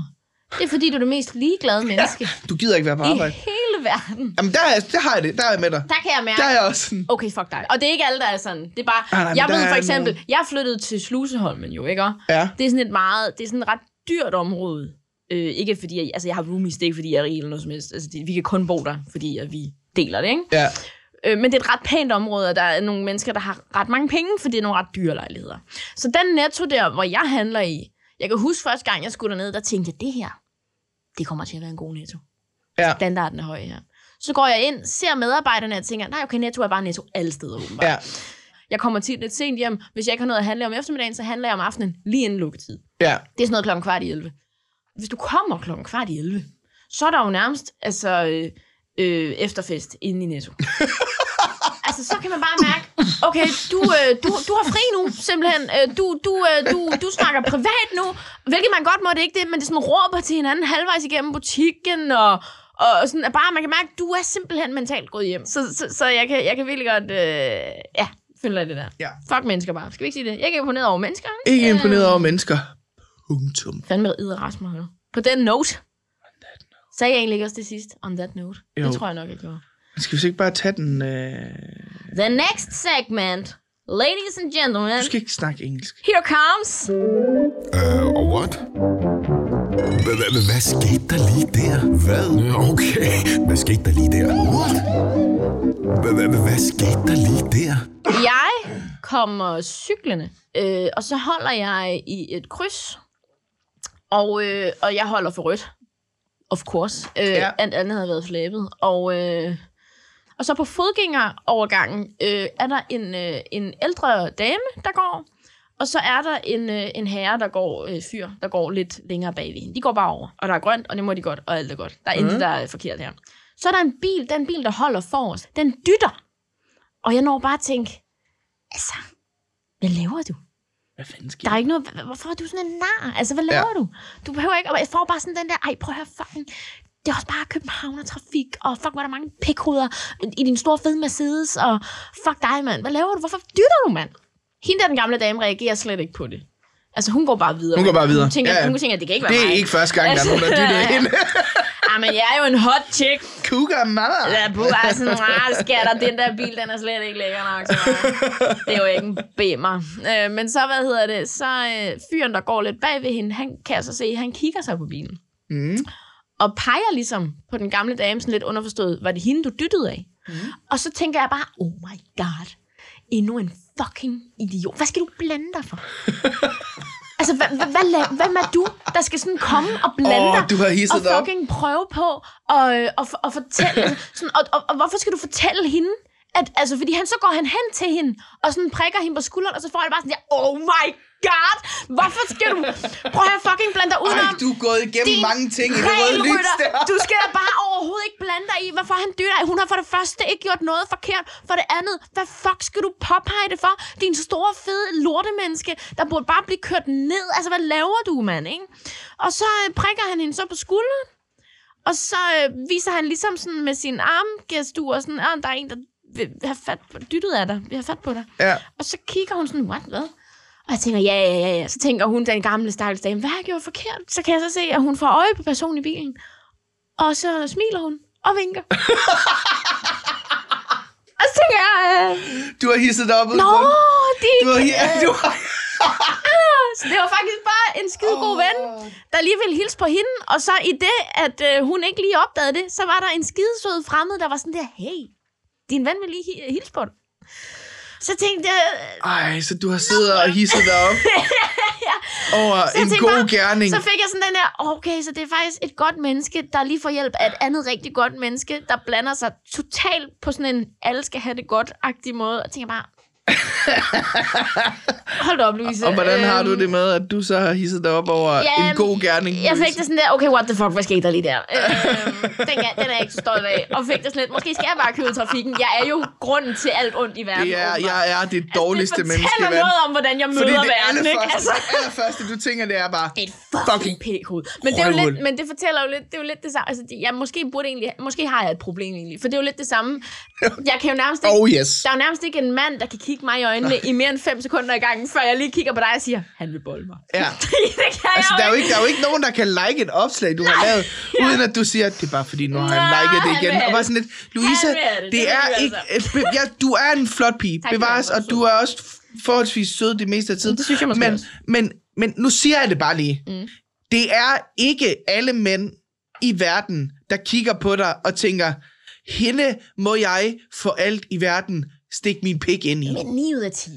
Speaker 3: det er fordi, du er det mest ligeglade menneske
Speaker 2: Du gider ikke være på
Speaker 3: ja. i
Speaker 2: arbejde.
Speaker 3: hele verden.
Speaker 2: Jamen, der, er, der har jeg det. Der er jeg med dig.
Speaker 3: Der kan jeg mærke,
Speaker 2: Der er jeg også sådan...
Speaker 3: okay, fuck dig. Og det er ikke alle, der er sådan. Det er bare,
Speaker 2: Ah, nej, men
Speaker 3: jeg
Speaker 2: der
Speaker 3: ved
Speaker 2: er
Speaker 3: for eksempel,
Speaker 2: nogle-
Speaker 3: jeg flyttede til Sluseholmen jo, ikke?
Speaker 2: Ja.
Speaker 3: Det er sådan et meget, det er sådan et ret dyrt område. Øh, ikke fordi, jeg, altså jeg har roomies, det er ikke fordi, jeg er rig eller noget som helst. Altså, det, vi kan kun bo der, fordi at vi deler det, ikke?
Speaker 2: Ja.
Speaker 3: Øh, men det er et ret pænt område, og der er nogle mennesker, der har ret mange penge, for det er nogle ret dyre lejligheder. Så den netto der, hvor jeg handler i, jeg kan huske første gang, jeg skulle derned, der tænkte jeg, det her, det kommer til at være en god netto.
Speaker 2: Ja.
Speaker 3: Standarden er høj her. Så går jeg ind, ser medarbejderne og tænker, nej okay, netto er bare netto alle steder åbenbart.
Speaker 2: Ja.
Speaker 3: Jeg kommer tit lidt sent hjem. Hvis jeg ikke har noget at handle om eftermiddagen, så handler jeg om aftenen lige inden lukketid.
Speaker 2: Ja.
Speaker 3: Det er sådan noget klokken kvart i 11. Hvis du kommer klokken kvart i 11, så er der jo nærmest altså, øh, øh, efterfest inde i Netto. altså, så kan man bare mærke, okay, du, øh, du, du har fri nu, simpelthen. Øh, Du, du, øh, du, du snakker privat nu, hvilket man godt må, det er ikke det, men det er sådan råber til hinanden halvvejs igennem butikken, og, og sådan, at bare man kan mærke, at du er simpelthen mentalt gået hjem. Så, så, så jeg, kan, jeg kan virkelig godt, øh, ja, følge det der.
Speaker 2: Ja.
Speaker 3: Fuck mennesker bare. Skal vi ikke sige det? Jeg er ikke imponeret over mennesker.
Speaker 2: Ikke imponeret over mennesker. Punktum.
Speaker 3: Fandme ridder Rasmus her. På den note. Sagde jeg egentlig ikke også det sidste? On that note. Jo.
Speaker 2: Jo.
Speaker 3: Det tror jeg nok, jeg gjorde.
Speaker 2: Skal vi så ikke bare tage den... Øh...
Speaker 3: The next segment. Ladies and
Speaker 2: Du
Speaker 3: gentlemen.
Speaker 2: skal ikke snakke engelsk.
Speaker 3: Here comes.
Speaker 1: Uh, what? Hva- hva- hva- Hvad skete der lige der? Hvad? Øh, Okay. Hvad skete der lige der? What? Hva- hva- hva- Hvad skete der lige der?
Speaker 3: Jeg kommer cyklende, øh, og så holder jeg i et kryds. Og, øh, og jeg holder for rødt. Of course. Øh,
Speaker 2: Ja.
Speaker 3: ja. Alt andet havde været flabet. Og, øh, og så på fodgængerovergangen øh, er der en, øh, en ældre dame, der går. Og så er der en, øh, en herre, der går, øh, fyr, der går lidt længere bagved hende. De går bare over, og der er grønt, og det må de godt, og alt er godt. Der er mm. intet, der er forkert her. Så er der en bil, den bil, der holder for os, den dytter. Og jeg når bare at tænke, altså, hvad laver du?
Speaker 2: Hvad fanden sker
Speaker 3: Der er ikke noget, hva- hvorfor er du sådan en nar? Altså, hvad laver ja. du? Du behøver ikke, og jeg får bare sådan den der, ej, prøv at høre, fucking, det er også bare København og trafik, og fuck, hvor er der mange pikhoveder i din store fede Mercedes, og fuck dig, mand. Hvad laver du? Hvorfor dytter du, mand? Hende der, den gamle dame, reagerer slet ikke på det. Altså, hun går bare videre.
Speaker 2: Hun går bare videre.
Speaker 3: Hun tænker,
Speaker 2: Ja, ja.
Speaker 3: hun tænker det kan ikke være
Speaker 2: Det er
Speaker 3: mig.
Speaker 2: ikke første gang, der er
Speaker 3: Altså,
Speaker 2: nogen, der dyttede hende.
Speaker 3: Ej, men jeg er jo en hot chick.
Speaker 2: Cougar mama.
Speaker 3: Ja, bu, altså, nej, skatter, den der bil, den er slet ikke lækker nok. til mig." Det er jo ikke en bæmer. Øh, men så, hvad hedder det, så øh, fyren, der går lidt bag ved hende, han kan jeg så se, han kigger sig på bilen.
Speaker 2: Mm.
Speaker 3: Og peger ligesom på den gamle dame, sådan lidt underforstået, var det hende, du dyttede af? Mm. Og så tænker jeg bare, oh my god, endnu en fucking idiot. Hvad skal du blande dig for? altså, hvad, hvad, hvad, la- hvem er du, der skal sådan komme og blande
Speaker 2: Åh,
Speaker 3: dig?
Speaker 2: du har hisset dig
Speaker 3: og
Speaker 2: op.
Speaker 3: fucking prøve på at, øh, at, at fortælle. Sådan, og, og, og hvorfor skal du fortælle hende? At, altså, fordi han, så går han hen til hende, og sådan prikker hende på skulderen, og så får han bare sådan der, oh my god, hvorfor skal du, prøv at fucking blande dig
Speaker 2: Ej,
Speaker 3: udenom.
Speaker 2: du er gået igennem
Speaker 3: Din
Speaker 2: mange ting i det røde lys
Speaker 3: regelrytter.
Speaker 2: der.
Speaker 3: Du skal da bare overhovedet ikke blande dig i, hvorfor han dytter. Hun har for det første ikke gjort noget forkert. For det andet, hvad fuck skal du påpege det for? Din store, fede lortemenneske, der burde bare blive kørt ned. Altså, hvad laver du, mand, ikke? Og så øh, prikker han hende så på skulderen. Og så øh, viser han ligesom sådan med sin armgestur, sådan, at der er en, der vil have fat på, dyttet af dig, vi har fat på dig.
Speaker 2: Ja.
Speaker 3: Og så kigger hun sådan, what, hvad? Og jeg tænker, ja, ja, ja, ja. Så tænker hun, den gamle stakkels dame, hvad har jeg gjort forkert? Så kan jeg så se, at hun får øje på personen i bilen. Og så smiler hun og vinker. Og så tænker jeg, øh,
Speaker 2: Du har hisset dig op ud i
Speaker 3: nå,
Speaker 2: grunden.
Speaker 3: det er
Speaker 2: Du har, ja, du har...
Speaker 3: Så det var faktisk bare en skide god ven, der lige ville hilse på hende. Og så i det, at øh, hun ikke lige opdagede det, så var der en skidesød fremmed, der var sådan der, hey, din ven vil lige hi- hilse på dig. Så tænkte jeg, øh,
Speaker 2: Ej, så du har siddet og hisset dig op over
Speaker 3: så jeg
Speaker 2: en
Speaker 3: tænkte
Speaker 2: god
Speaker 3: bare-
Speaker 2: gerning.
Speaker 3: så fik jeg sådan den der, okay, så det er faktisk et godt menneske, der lige får hjælp af et andet rigtig godt menneske, der blander sig totalt på sådan en, alle skal have det godt-agtig måde. Og tænker bare, hold da op, Louise.
Speaker 2: Og hvordan har du
Speaker 3: Øhm,
Speaker 2: det med, at du så har hisset dig op over
Speaker 3: Ja,
Speaker 2: en god gerning?
Speaker 3: Jeg fik
Speaker 2: Louise?
Speaker 3: det sådan der, okay, what the fuck, hvad skete der lige der? Øhm, den, er, den er jeg ikke så stolt af. Og fik det sådan lidt, måske skal jeg bare købe trafikken. Jeg er jo grunden til alt ondt i verden.
Speaker 2: Det er,
Speaker 3: åbenbart.
Speaker 2: jeg er det dårligste
Speaker 3: altså, det
Speaker 2: menneske i
Speaker 3: fortæller
Speaker 2: verden.
Speaker 3: noget om, hvordan jeg møder
Speaker 2: Fordi det
Speaker 3: verden, ikke?
Speaker 2: allerførste,
Speaker 3: Altså,
Speaker 2: det allerførste, du tænker, det er bare...
Speaker 3: et fucking p-hoved. Men det, er jo
Speaker 2: røvhul.
Speaker 3: lidt, men det fortæller jo lidt, det er jo lidt det samme. Altså, det, jeg måske, burde egentlig, måske har jeg et problem egentlig, for det er jo lidt det samme. Jeg kan jo nærmest ikke,
Speaker 2: Oh yes.
Speaker 3: der er jo nærmest ikke en mand, der kan kigge mig i øjnene i mere end 5 sekunder i gangen, før jeg lige kigger på dig og siger, han vil bolde mig.
Speaker 2: Ja.
Speaker 3: det kan jeg
Speaker 2: Altså,
Speaker 3: jo
Speaker 2: der er, jo ikke, der er jo ikke nogen, der kan like et opslag, du har lavet, uden at du siger, at det er bare fordi, nu har han
Speaker 3: Nej,
Speaker 2: liket det
Speaker 3: han
Speaker 2: igen.
Speaker 3: vil
Speaker 2: Og
Speaker 3: have
Speaker 2: bare
Speaker 3: det.
Speaker 2: sådan lidt, Louise,
Speaker 3: vil have
Speaker 2: det, det
Speaker 3: det. Det
Speaker 2: er
Speaker 3: vil du altså.
Speaker 2: ikke... øh, be- Ja, du er en flot pige,
Speaker 3: Tak,
Speaker 2: bevares,
Speaker 3: du er
Speaker 2: og du er også forholdsvis sød det meste af tiden.
Speaker 3: Det synes jeg måske
Speaker 2: men,
Speaker 3: også.
Speaker 2: Men, men nu siger jeg det bare lige. Mm. Det er ikke alle mænd i verden, der kigger på dig og tænker, hende må jeg for alt i verden stikke min pik ind i.
Speaker 3: Men 9 ud af 10.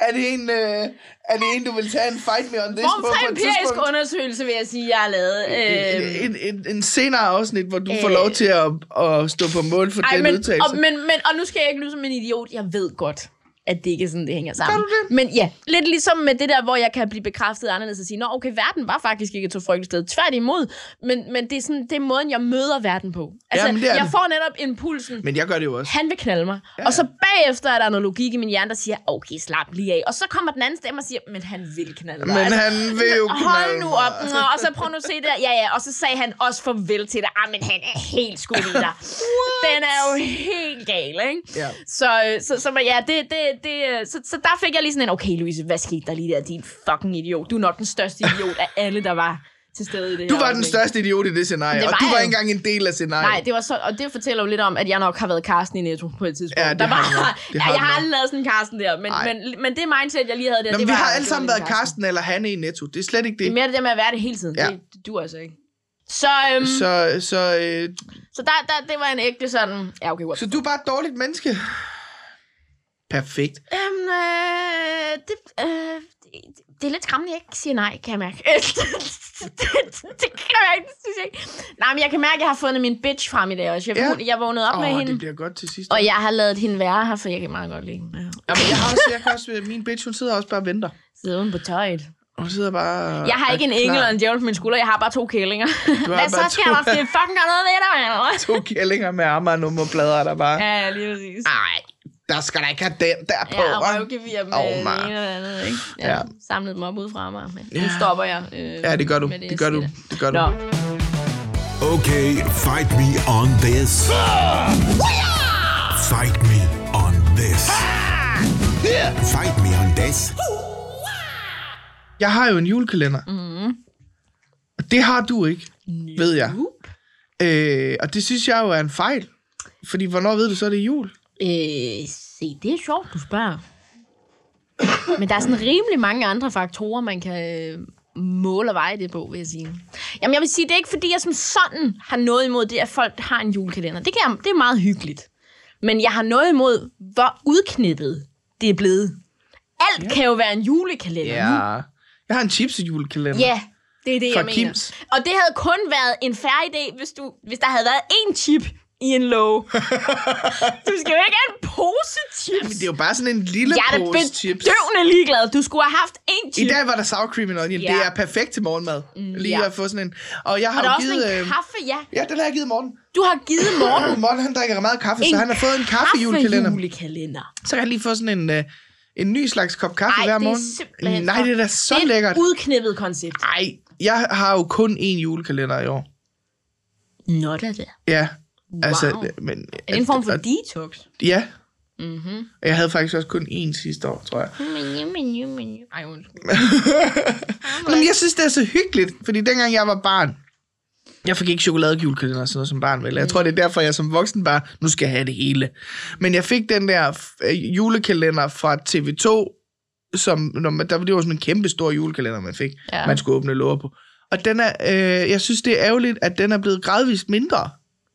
Speaker 2: Er det en, øh, er det en du vil tage en fight med om det?
Speaker 3: Form for empirisk undersøgelse, vil jeg sige, jeg har lavet. Øh,
Speaker 2: en, en, en senere afsnit, hvor du øh, får
Speaker 3: Øh.
Speaker 2: lov til at, at stå på mål for Ej,
Speaker 3: ej,
Speaker 2: den
Speaker 3: men,
Speaker 2: udtalelse.
Speaker 3: og, men, men, og nu skal jeg ikke lyde som en idiot. Jeg ved godt, at det ikke er sådan, det hænger sammen.
Speaker 2: Gør du det?
Speaker 3: Men ja, lidt ligesom med det der, hvor jeg kan blive bekræftet anderledes og sige, nå okay, verden var faktisk ikke et så frygteligt sted. Tværtimod. Men, men det, er sådan, det er måden, jeg møder verden på. Altså,
Speaker 2: Jamen, det er
Speaker 3: jeg
Speaker 2: det.
Speaker 3: får netop impulsen.
Speaker 2: men jeg gør det jo også.
Speaker 3: han vil knalde mig. Ja. Og så bagefter er der noget logik i min hjerne, der siger, okay, slap lige af. Og så kommer den anden stemme og siger, men han vil knalde Altså, mig.
Speaker 2: Men han vil jo knalde
Speaker 3: Hold nu op.
Speaker 2: mig.
Speaker 3: Nå, og så prøv nu at se det. Ja, ja. Og så sagde han også farvel til dig. Ah, men han er helt skudt i dig. den er jo helt gal, ikke?
Speaker 2: Ja.
Speaker 3: Så, øh, så, så, men ja, det, det, det, øh, så, så der fik jeg lige sådan en, okay, Louise, hvad skete der lige der, din fucking idiot? Du er nok den største idiot af alle, der var til stede i det
Speaker 2: Du
Speaker 3: her
Speaker 2: var den
Speaker 3: øjeblik."
Speaker 2: største idiot i det scenarie,
Speaker 3: Det
Speaker 2: og
Speaker 3: var
Speaker 2: du var
Speaker 3: jeg
Speaker 2: ikke
Speaker 3: jo.
Speaker 2: engang en del af scenariet.
Speaker 3: Nej, det var så, og det fortæller jo lidt om, at jeg nok har været Karsten i Netto på et tidspunkt.
Speaker 2: Ja, det
Speaker 3: der
Speaker 2: har
Speaker 3: var,
Speaker 2: du nok. Det
Speaker 3: ja,
Speaker 2: har du
Speaker 3: jeg har
Speaker 2: nok.
Speaker 3: aldrig lavet sådan en Karsten der, men,
Speaker 2: Nej.
Speaker 3: men, men det mindset, jeg lige havde der,
Speaker 2: Nå,
Speaker 3: det
Speaker 2: men
Speaker 3: var...
Speaker 2: vi har
Speaker 3: det
Speaker 2: alle
Speaker 3: var
Speaker 2: sammen
Speaker 3: lidt
Speaker 2: været Karsten eller Hanne i Netto. Det er slet ikke
Speaker 3: Det
Speaker 2: det.
Speaker 3: er mere det der med at være det hele tiden.
Speaker 2: Ja.
Speaker 3: Ja. Det, det dur altså ikke. Så, øhm, så,
Speaker 2: Så, så, øh,
Speaker 3: så der, der, det var en ægte sådan... Ja, okay, what?
Speaker 2: så du er bare et dårligt menneske. Perfekt.
Speaker 3: Øhm, øh, det, øh, det, det er lidt skræmmende, jeg ikke siger nej, kan jeg mærke. det, det, kan jeg ikke, det synes jeg ikke. Nej, men jeg kan mærke, at jeg har fundet min bitch frem i dag også. Jeg,
Speaker 2: Ja.
Speaker 3: ja. jeg vågnede op
Speaker 2: Åh,
Speaker 3: med
Speaker 2: oh,
Speaker 3: hende,
Speaker 2: det bliver godt til sidst.
Speaker 3: og jeg har lavet hende være her, for jeg kan meget godt lide hende. Ja.
Speaker 2: Jamen, jeg, har også, jeg kan også, øh, min bitch, hun sidder også bare og venter.
Speaker 3: Sidde uden på tøjet.
Speaker 2: Hun sidder bare... og
Speaker 3: Jeg har
Speaker 2: er
Speaker 3: ikke en
Speaker 2: klar.
Speaker 3: engel og en djævel på min skulder, jeg har bare to kællinger.
Speaker 2: Du har
Speaker 3: Hvad så
Speaker 2: bare
Speaker 3: skal
Speaker 2: to-
Speaker 3: der til fucking gøre noget ved dig, mand?
Speaker 2: To kællinger med armer og nummerplader, der bare...
Speaker 3: Ja, ja, lige præcis.
Speaker 2: Nej, der skal da ikke have den der på.
Speaker 3: Ja,
Speaker 2: hva'?"
Speaker 3: og røvgevir med
Speaker 2: Au,
Speaker 3: oh, det
Speaker 2: Mara.
Speaker 3: ene og det andet, ikke? Jeg
Speaker 2: Ja.
Speaker 3: ja. samlede dem op ud fra mig, men nu
Speaker 2: Ja.
Speaker 3: stopper jeg. Øh,
Speaker 2: ja, det gør du.
Speaker 3: med
Speaker 2: Det, det gør
Speaker 3: jeg
Speaker 2: du.
Speaker 3: siger.
Speaker 2: Det gør du.
Speaker 3: Nå,
Speaker 1: Okay, fight me on this. Fight me on this. Fight me on this.
Speaker 2: Jeg har jo en julekalender. Mm.
Speaker 3: Mm-hmm.
Speaker 2: Og det har du ikke, ved jeg. Øh, og det synes jeg jo er en fejl. Fordi hvornår ved du så, det er jul?
Speaker 3: øh, se, det er sjovt, du spørger. Men der er sådan rimelig mange andre faktorer, man kan øh, måle og veje det på, vil jeg sige. Jamen, jeg vil sige, det er ikke fordi, jeg som sådan har noget imod det, at folk har en julekalender. Det, kan jeg, det er meget hyggeligt. Men jeg har noget imod, hvor udknippet det er blevet. Alt kan jo være en julekalender nu.
Speaker 2: Jeg har en chips julekalender.
Speaker 3: Ja, det er det,
Speaker 2: Fra
Speaker 3: jeg mener.
Speaker 2: Kims.
Speaker 3: Og det havde kun været en færre idé, hvis, du, hvis der havde været én chip i en låge. du skal jo ikke have en pose chips.
Speaker 2: Men det er jo bare sådan en lille
Speaker 3: jeg er da
Speaker 2: pose chips.
Speaker 3: bedøvende ligeglad. Du skulle have haft én
Speaker 2: I
Speaker 3: chip.
Speaker 2: dag var der sour cream and onion.
Speaker 3: Ja. Mm,
Speaker 2: Det er perfekt til morgenmad. Lige
Speaker 3: ja.
Speaker 2: at få sådan en. Og jeg har
Speaker 3: Og der
Speaker 2: jo
Speaker 3: er også
Speaker 2: givet...
Speaker 3: en
Speaker 2: øh,
Speaker 3: kaffe, ja.
Speaker 2: Ja, den har jeg givet Morten.
Speaker 3: Du har givet morgen
Speaker 2: Morten, han drikker meget kaffe, så
Speaker 3: En
Speaker 2: han har fået en kaffejulekalender.
Speaker 3: kaffejulekalender.
Speaker 2: Så kan jeg lige få sådan en, øh, en ny slags kop kaffe
Speaker 3: Ej,
Speaker 2: hver
Speaker 3: det er
Speaker 2: morgen.
Speaker 3: simpelthen...
Speaker 2: Nej,
Speaker 3: for-
Speaker 2: det er da så
Speaker 3: det er
Speaker 2: lækkert.
Speaker 3: et udknippet koncept.
Speaker 2: Nej, jeg har jo kun én julekalender i år.
Speaker 3: Nå, det er det.
Speaker 2: Ja,
Speaker 3: Wow.
Speaker 2: altså, men...
Speaker 3: Er det en form for detox?
Speaker 2: Ja,
Speaker 3: Mm-hmm.
Speaker 2: Og jeg havde faktisk også kun én sidste år, tror jeg.
Speaker 3: Ej, undskyld.
Speaker 2: Men jeg synes, det er så hyggeligt, fordi dengang jeg var barn, jeg fik ikke chokoladejulekalender og sådan noget som barn, vel?
Speaker 3: Mm.
Speaker 2: Jeg tror, det er derfor, jeg som voksen bare, nu skal jeg have det hele. Men jeg fik den der øh, julekalender fra TV2, som, når man, der, det var sådan en kæmpe stor julekalender, man fik.
Speaker 3: Ja.
Speaker 2: Ja. Man skulle åbne låger på. Og den er, øh, jeg synes, det er ærgerligt, at den er blevet gradvist mindre,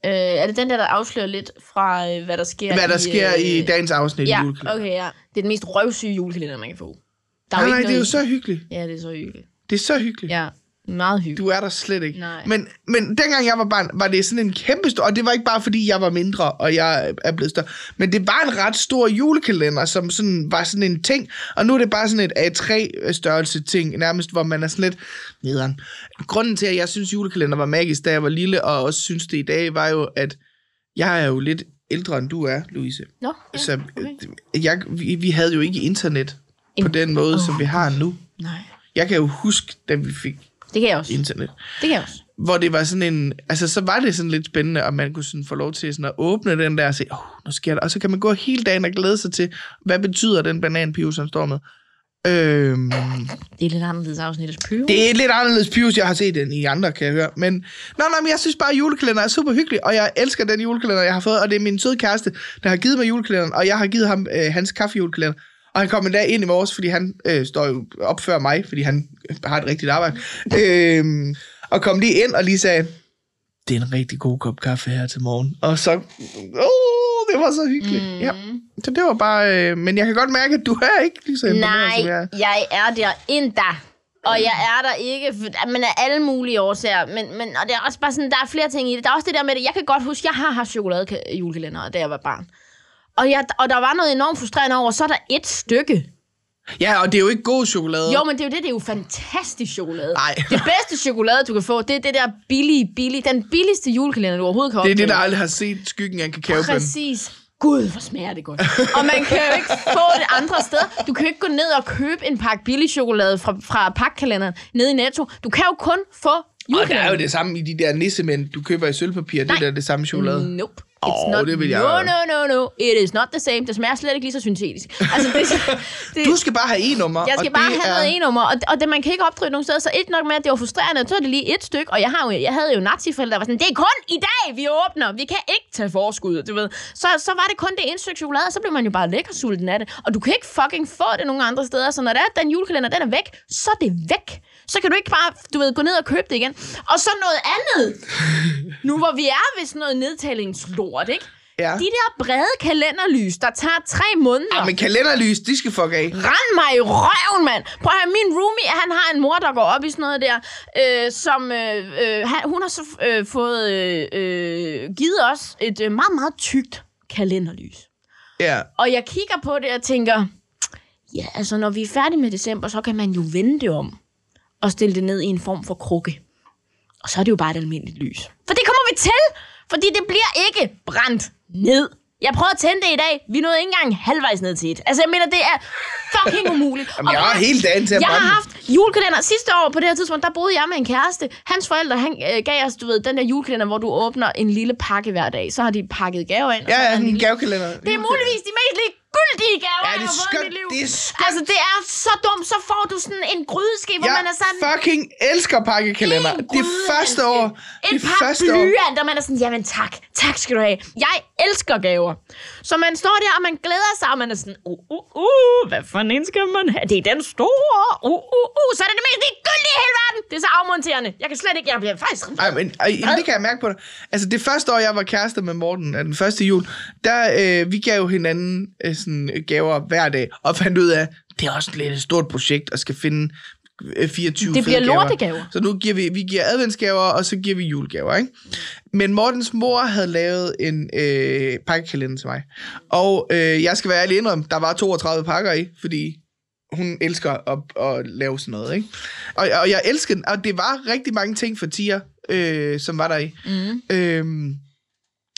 Speaker 3: Øh, er det den der, der afslører lidt fra, øh, hvad der sker
Speaker 2: hvad der sker
Speaker 3: øh,
Speaker 2: i dagens afsnit
Speaker 3: Ja,
Speaker 2: i julekalender.
Speaker 3: okay, ja. Det er den mest røvsyge julekalender, man kan få. Der
Speaker 2: Nej, nej,
Speaker 3: ikke
Speaker 2: det er jo
Speaker 3: noget i
Speaker 2: så hyggeligt.
Speaker 3: den. Ja, det er så hyggeligt.
Speaker 2: Det er så hyggeligt.
Speaker 3: Ja, meget hyggeligt.
Speaker 2: Du er der slet ikke.
Speaker 3: Nej.
Speaker 2: Men, men dengang jeg var barn, var det sådan en kæmpe stor... Og det var ikke bare, fordi jeg var mindre, og jeg er blevet større. Men det var en ret stor julekalender, som sådan var sådan en ting. Og nu er det bare sådan et A3-størrelse ting, nærmest, hvor man er sådan lidt nederen. Grunden til, at jeg synes, julekalender var magisk, da jeg var lille, og også synes det i dag, var jo, at jeg er jo lidt ældre, end du er, Louise.
Speaker 3: Nå, ja,
Speaker 2: Ja, så
Speaker 3: okay.
Speaker 2: øh, jeg, vi, vi havde jo ikke internet på
Speaker 3: En-
Speaker 2: den måde, som
Speaker 3: Åh.
Speaker 2: vi har nu.
Speaker 3: Nej,
Speaker 2: Jeg kan jo huske, da vi fik
Speaker 3: det kan jeg også.
Speaker 2: internet
Speaker 3: Det kan jeg også.
Speaker 2: hvor det var sådan en, altså så var det sådan lidt spændende, og man kunne sådan få lov til sådan at åbne den der og se, åh, oh, nu sker der, og så kan man gå hele dagen og glæde sig til, hvad betyder den bananpive, som står med. Øhm,
Speaker 3: Det er lidt anderledes afsnit af Pyro.
Speaker 2: det er et lidt anderledes pives, jeg har set den i andre, kan jeg høre. Men, nå, nå, men jeg synes bare, at julekalender er super hyggelig, og jeg elsker den julekalender, jeg har fået, og det er min søde kæreste, der har givet mig julekalenderen, og jeg har givet ham øh, hans kaffejulekalender. Og han kom en dag ind i morges, fordi han øh, står jo op før mig, fordi han øh, har et rigtigt arbejde. Øhm, og kom lige ind og lige sagde, det er en rigtig god kop kaffe her til morgen. Og så, åh, det var så hyggeligt. Mm. Ja. Så det var bare, øh, men jeg kan godt mærke, at du er ikke lige så imponeret,
Speaker 3: Nej,
Speaker 2: som jeg er.
Speaker 3: jeg er der endda. Og jeg er der ikke, for- men af alle mulige årsager. Men, men, og det er også bare sådan, der er flere ting i det. Der er også det der med det. Jeg kan godt huske, jeg har haft chokoladejulekalender, da jeg var barn. Og, jeg, og der var noget enormt frustrerende over, så er der et stykke.
Speaker 2: Ja, og det er jo ikke god chokolade.
Speaker 3: Jo, men det er jo det, det er jo fantastisk chokolade.
Speaker 2: Nej.
Speaker 3: Det bedste chokolade, du kan få, det er det der billige, billige, den billigste julekalender, du overhovedet kan
Speaker 2: Det er det,
Speaker 3: opdrive.
Speaker 2: der aldrig har set skyggen af en kakaobønne.
Speaker 3: Præcis. Gud, hvor smager det godt. Og man kan jo ikke få det andre steder. Du kan jo ikke gå ned og købe en pakke billig chokolade fra, fra pakkalenderen nede i Netto. Du kan jo kun få
Speaker 2: Og der er jo
Speaker 3: julekalenderen.
Speaker 2: det samme i de der nissemænd, du køber i sølvpapir.
Speaker 3: Nej.
Speaker 2: Det der er det samme chokolade. Mm.
Speaker 3: Nope.
Speaker 2: Åh, det vil jeg-
Speaker 3: No, no, no, no. It is not the same. Det smager slet ikke lige så syntetisk. Altså, det, det,
Speaker 2: Du skal bare have en nummer.
Speaker 3: jeg skal
Speaker 2: og
Speaker 3: bare
Speaker 2: det
Speaker 3: have
Speaker 2: er...
Speaker 3: noget e-nummer, og, og det, man kan ikke opdrive nogen steder, så ikke nok med, at det var frustrerende, og så er det lige et stykke, og jeg, har jo, jeg havde jo naziforældre, der var sådan, det er kun i dag, vi åbner, vi kan ikke tage forskud, du ved. Så, så var det kun det ene stykke chokolade, og så blev man jo bare lækker sulten af det, og du kan ikke fucking få det nogen andre steder, så når det er, at den julekalender, den er væk, så er det væk. Så kan du ikke bare, du ved, gå ned og købe det igen. Og så noget andet, nu hvor vi er ved sådan noget nedtalingslort, ikke?
Speaker 2: Ja.
Speaker 3: De der brede kalenderlys, der tager tre måneder.
Speaker 2: Ja, men kalenderlys, de skal fuck af.
Speaker 3: Rand mig i røven, mand! Prøv at høre, min roomie, han har en mor, der går op i sådan noget der, øh, som øh, øh, han- hun har så øh, fået øh, øh, givet os et øh, meget, meget tykt kalenderlys.
Speaker 2: Ja.
Speaker 3: Og jeg kigger på det og tænker, ja, altså når vi er færdige med december, så kan man jo vende det om og stille det ned i en form for krukke. Og så er det jo bare et almindeligt lys. For det kommer vi til, fordi det bliver ikke brændt ned. Jeg prøvede at tænde det i dag. Vi nåede ikke engang halvvejs ned til et. Altså, jeg mener, det er fucking umuligt.
Speaker 2: Jamen, jeg
Speaker 3: Og
Speaker 2: har
Speaker 3: hver-
Speaker 2: hele dagen til at
Speaker 3: jeg
Speaker 2: brænde
Speaker 3: har
Speaker 2: den.
Speaker 3: haft julekalender. Sidste år på det her tidspunkt, der boede jeg med en kæreste. Hans forældre, han øh, gav os, du ved, den der julekalender, hvor du åbner en lille pakke hver dag. Så har de pakket gaver ind. og så er
Speaker 2: Ja,
Speaker 3: der
Speaker 2: ja,
Speaker 3: en
Speaker 2: en
Speaker 3: lille
Speaker 2: gavekalender.
Speaker 3: det er muligvis de mest ligegyldige gaver,
Speaker 2: Ja,
Speaker 3: jeg
Speaker 2: det
Speaker 3: har
Speaker 2: er
Speaker 3: fået i
Speaker 2: skønt.
Speaker 3: mit liv.
Speaker 2: Det er skønt.
Speaker 3: Altså, det er så dumt. Så får du sådan en grydeske, hvor
Speaker 2: Jeg
Speaker 3: man er sådan...
Speaker 2: fucking elsker pakkekalender.
Speaker 3: en
Speaker 2: Det
Speaker 3: gryde,
Speaker 2: første
Speaker 3: en-
Speaker 2: år.
Speaker 3: En
Speaker 2: det
Speaker 3: par
Speaker 2: første
Speaker 3: blyanter, man er sådan, jamen tak, tak skal du have. Jeg elsker gaver. Så man står der, og man glæder sig, og man er sådan, uh, uh, uh, hvad for en skal man have? Det er den store, uh, uh, uh, så er det det mest ligegyldige i hele verden. Det er så afmonterende. Jeg kan slet ikke, jeg bliver faktisk...
Speaker 2: Ej, men ej, jamen, det kan jeg mærke på dig. Altså, det første år, jeg var kærester med Morten, af den første jul, der øh, vi gav jo hinanden øh, sådan, øh, gaver hver dag, og fandt ud af, det er også lidt et stort projekt, at skal finde øh, 24 fede
Speaker 3: Det bliver
Speaker 2: gaver.
Speaker 3: lortegaver.
Speaker 2: Så nu giver vi, vi giver adventsgaver, og så giver vi julegaver, ikke? Men Mortens mor havde lavet en øh, pakkekalender til mig. Og øh, jeg skal være ærlig indrømme, der var 32 pakker i, fordi hun elsker at, at lave sådan noget, ikke? Og, og jeg elskede den, og det var rigtig mange ting for tiger, øh, som var der i. Mm. Øhm,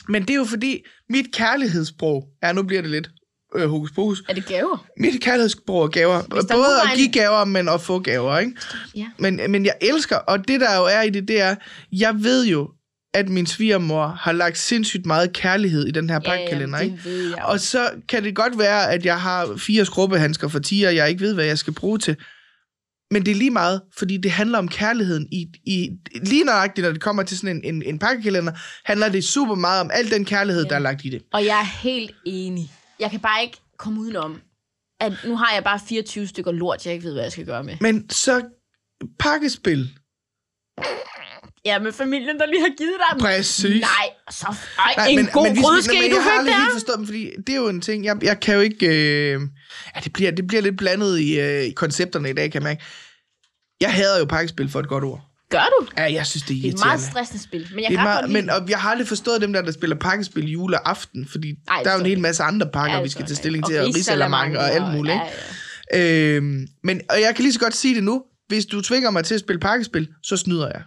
Speaker 2: men det er jo fordi, mit kærlighedssprog, ja, nu bliver det lidt øh, hokus pokus,
Speaker 3: Er det gaver?
Speaker 2: mit kærlighedssprog er gaver.
Speaker 3: der nu
Speaker 2: Både
Speaker 3: var
Speaker 2: at
Speaker 3: en-
Speaker 2: give gaver, men at få gaver, ikke?
Speaker 3: Ja.
Speaker 2: Men, men jeg elsker, og det der jo er i det, det er, jeg ved jo, at min svigermor har lagt sindssygt meget kærlighed i den her pakkalender, ikke?
Speaker 3: det ved jeg.
Speaker 2: Og så kan det godt være, at jeg har fire skrubbehandsker for 10, og jeg ikke ved, hvad jeg skal bruge til. Men det er lige meget, fordi det handler om kærligheden. I, i, lige nøjagtigt, når det kommer til sådan en, en, en pakkekalender, handler det super meget om al den kærlighed, der er lagt i det.
Speaker 3: Og jeg er helt enig. Jeg kan bare ikke komme udenom, at nu har jeg bare 24 stykker lort, jeg ikke ved, hvad jeg skal gøre med.
Speaker 2: Men så pakkespil.
Speaker 3: Ja, med familien, der lige har givet dig dem.
Speaker 2: Præcis.
Speaker 3: Nej, så ej, Nej, en men, god
Speaker 2: vi-
Speaker 3: grødske,
Speaker 2: men
Speaker 3: du
Speaker 2: jeg har
Speaker 3: fik
Speaker 2: aldrig
Speaker 3: der.
Speaker 2: helt forstået dem, fordi det er jo en ting, jeg, jeg kan jo ikke... Øh, ja, det bliver, det bliver lidt blandet i, øh, i koncepterne i dag, kan jeg mærke. Jeg hader jo pakkespil for et godt ord.
Speaker 3: Gør du?
Speaker 2: Ja, jeg synes, det er
Speaker 3: Det er et
Speaker 2: irriterende.
Speaker 3: meget stressende spil, men jeg
Speaker 2: Det
Speaker 3: kan
Speaker 2: er
Speaker 3: meget,
Speaker 2: meget,
Speaker 3: godt lide
Speaker 2: men og jeg har aldrig forstået dem der, der spiller pakkespil juleaften, fordi Ej,
Speaker 3: det
Speaker 2: der er jo
Speaker 3: står
Speaker 2: en hel
Speaker 3: ikke.
Speaker 2: masse andre pakker,
Speaker 3: Ja,
Speaker 2: ja, vi
Speaker 3: det
Speaker 2: skal
Speaker 3: står
Speaker 2: tage
Speaker 3: der.
Speaker 2: stilling til, og risalamande og alt muligt.
Speaker 3: Ja,
Speaker 2: ikke?
Speaker 3: ja.
Speaker 2: Øhm, men, og jeg kan lige så godt sige det nu, hvis du tvinger mig til at spille pakkespil, så snyder jeg.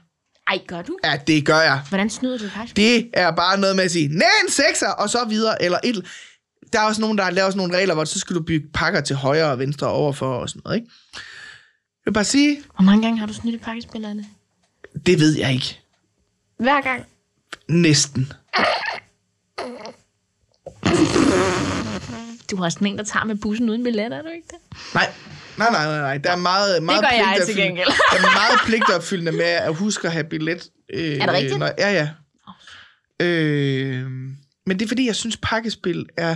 Speaker 3: Ej, gør du?
Speaker 2: Ja, det gør jeg.
Speaker 3: Hvordan snyder du faktisk?
Speaker 2: Det er bare noget med at sige, nej, en sekser, og så videre, eller et Der er også nogen, der har lavet sådan nogle regler, hvor så skal du bygge pakker til højre og venstre og overfor og sådan noget, ikke? Jeg vil bare sige,
Speaker 3: Hvor mange gange har du snydt et pakkespil, Anne?
Speaker 2: det ved jeg ikke.
Speaker 3: Hver gang.
Speaker 2: Næsten.
Speaker 3: Du har sådan en, der tager med bussen uden billet, er du ikke det?
Speaker 2: Nej. Nej, nej, nej, nej. Der er meget, meget
Speaker 3: gør jeg til
Speaker 2: pligtopfyldende-
Speaker 3: gengæld.
Speaker 2: der er meget pligtopfyldende med at huske at have billet. Øh,
Speaker 3: Er det rigtigt?
Speaker 2: Når, ja, ja. Øh, men det er fordi, jeg synes, pakkespil er...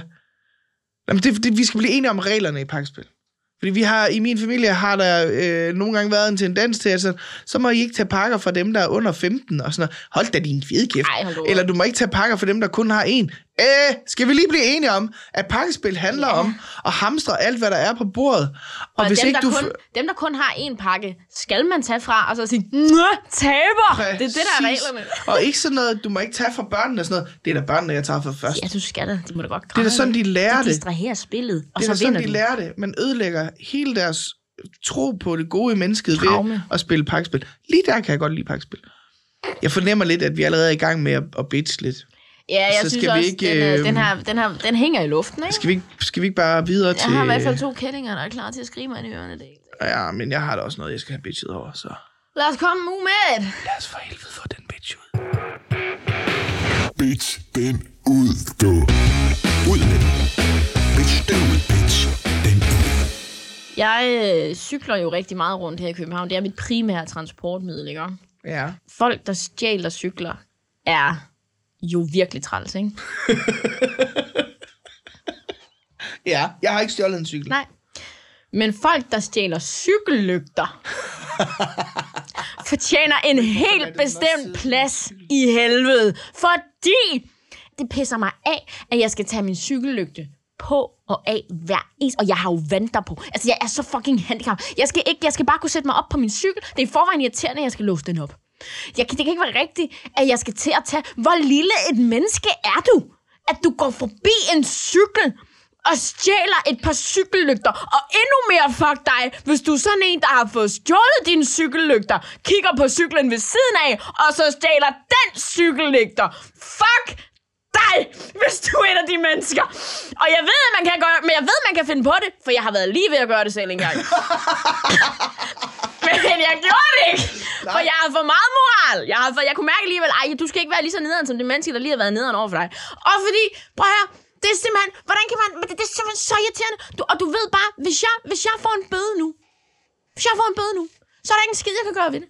Speaker 2: Jamen, det, det, vi skal blive enige om reglerne i pakkespil. Fordi vi har, i min familie har der øh, nogle gange været en tendens til, at så, så må I ikke tage pakker fra dem, der er under 15 og sådan noget. Hold da din fede kæft.
Speaker 3: Ej, hold da op.
Speaker 2: Eller du må ikke tage pakker fra dem, der kun har en. Øh, skal vi lige blive enige om, at pakkespil handler ja. om at hamstre alt, hvad der er på bordet. Og,
Speaker 3: Og
Speaker 2: og hvis
Speaker 3: dem,
Speaker 2: ikke
Speaker 3: der
Speaker 2: du...
Speaker 3: kun, dem, der kun har én pakke, skal man tage fra, og så sige, Nå, taber!
Speaker 2: Præcis.
Speaker 3: Det er det, der er reglerne.
Speaker 2: og ikke sådan noget, du må ikke tage fra børnene og sådan noget. Det er da børnene, jeg tager fra først.
Speaker 3: Ja, du skal da. De må da godt
Speaker 2: det er
Speaker 3: græde.
Speaker 2: da sådan, de lærer
Speaker 3: de
Speaker 2: det.
Speaker 3: distraherer spillet, og
Speaker 2: Det er da
Speaker 3: så
Speaker 2: sådan,
Speaker 3: vinder
Speaker 2: de
Speaker 3: du.
Speaker 2: lærer det. Man ødelægger hele deres tro på det gode i mennesket ved
Speaker 3: Traume.
Speaker 2: at spille pakspil. Lige der kan jeg godt lide pakspil. Jeg fornemmer lidt, at vi allerede er i gang med at, at bitch lidt.
Speaker 3: Ja, jeg
Speaker 2: Så
Speaker 3: synes
Speaker 2: skal vi
Speaker 3: også,
Speaker 2: ikke,
Speaker 3: den, øh,
Speaker 2: øhm,
Speaker 3: den, her, den, her, den hænger i luften, ikke?
Speaker 2: Skal vi, ikke- skal vi ikke bare videre til...
Speaker 3: Jeg har i hvert fald to kællinger, der er klar til at skrige mig ind i ørerne. Det.
Speaker 2: Ja, men jeg har da også noget, jeg skal have bitchet over, så...
Speaker 3: Lad os komme nu med det.
Speaker 2: Lad os for helvede få den bitch ud.
Speaker 1: Bitch den ud, du. Ud med den. Bitch den ud, bitch den ud.
Speaker 3: Jeg øh, cykler jo rigtig meget rundt her i København. Det er mit primære transportmiddel, ikke?
Speaker 2: Ja.
Speaker 3: Folk, der stjæler cykler, er jo virkelig træls, ikke?
Speaker 2: Ja, jeg har ikke stjålet en cykel.
Speaker 3: Nej. Men folk, der stjæler cykellygter, fortjener en helt bestemt plads i helvede. Fordi det pisser mig af, at jeg skal tage min cykellygte på og af hver eneste, og jeg har jo vanter på. Altså, jeg er så fucking handicap. Jeg skal, ikke, jeg skal bare kunne sætte mig op på min cykel. Det er i forvejen irriterende, at jeg skal låse den op. Jeg kan, det kan ikke være rigtigt, at jeg skal til at tage... Hvor lille et menneske er du? At du går forbi en cykel og stjæler et par cykellygter. Og endnu mere fuck dig, hvis du er sådan en, der har fået stjålet dine cykellygter, kigger på cyklen ved siden af, og så stjæler den cykellygter. Fuck dig, hvis du er en af de mennesker. Og jeg ved, at man kan gøre, men jeg ved, at man kan finde på det, for jeg har været lige ved at gøre det selv engang. men jeg gjorde det ikke, for jeg har for meget moral. Jeg, har for, jeg kunne mærke alligevel, ej, du skal ikke være lige så nederen som det menneske, der lige har været nederen over for dig. Og fordi, prøv at høre, det er simpelthen, hvordan kan man, men det, det er simpelthen så irriterende. Du, og du ved bare, hvis jeg, hvis jeg får en bøde nu, hvis jeg får en bøde nu, så er der ikke en skid, jeg kan gøre ved det.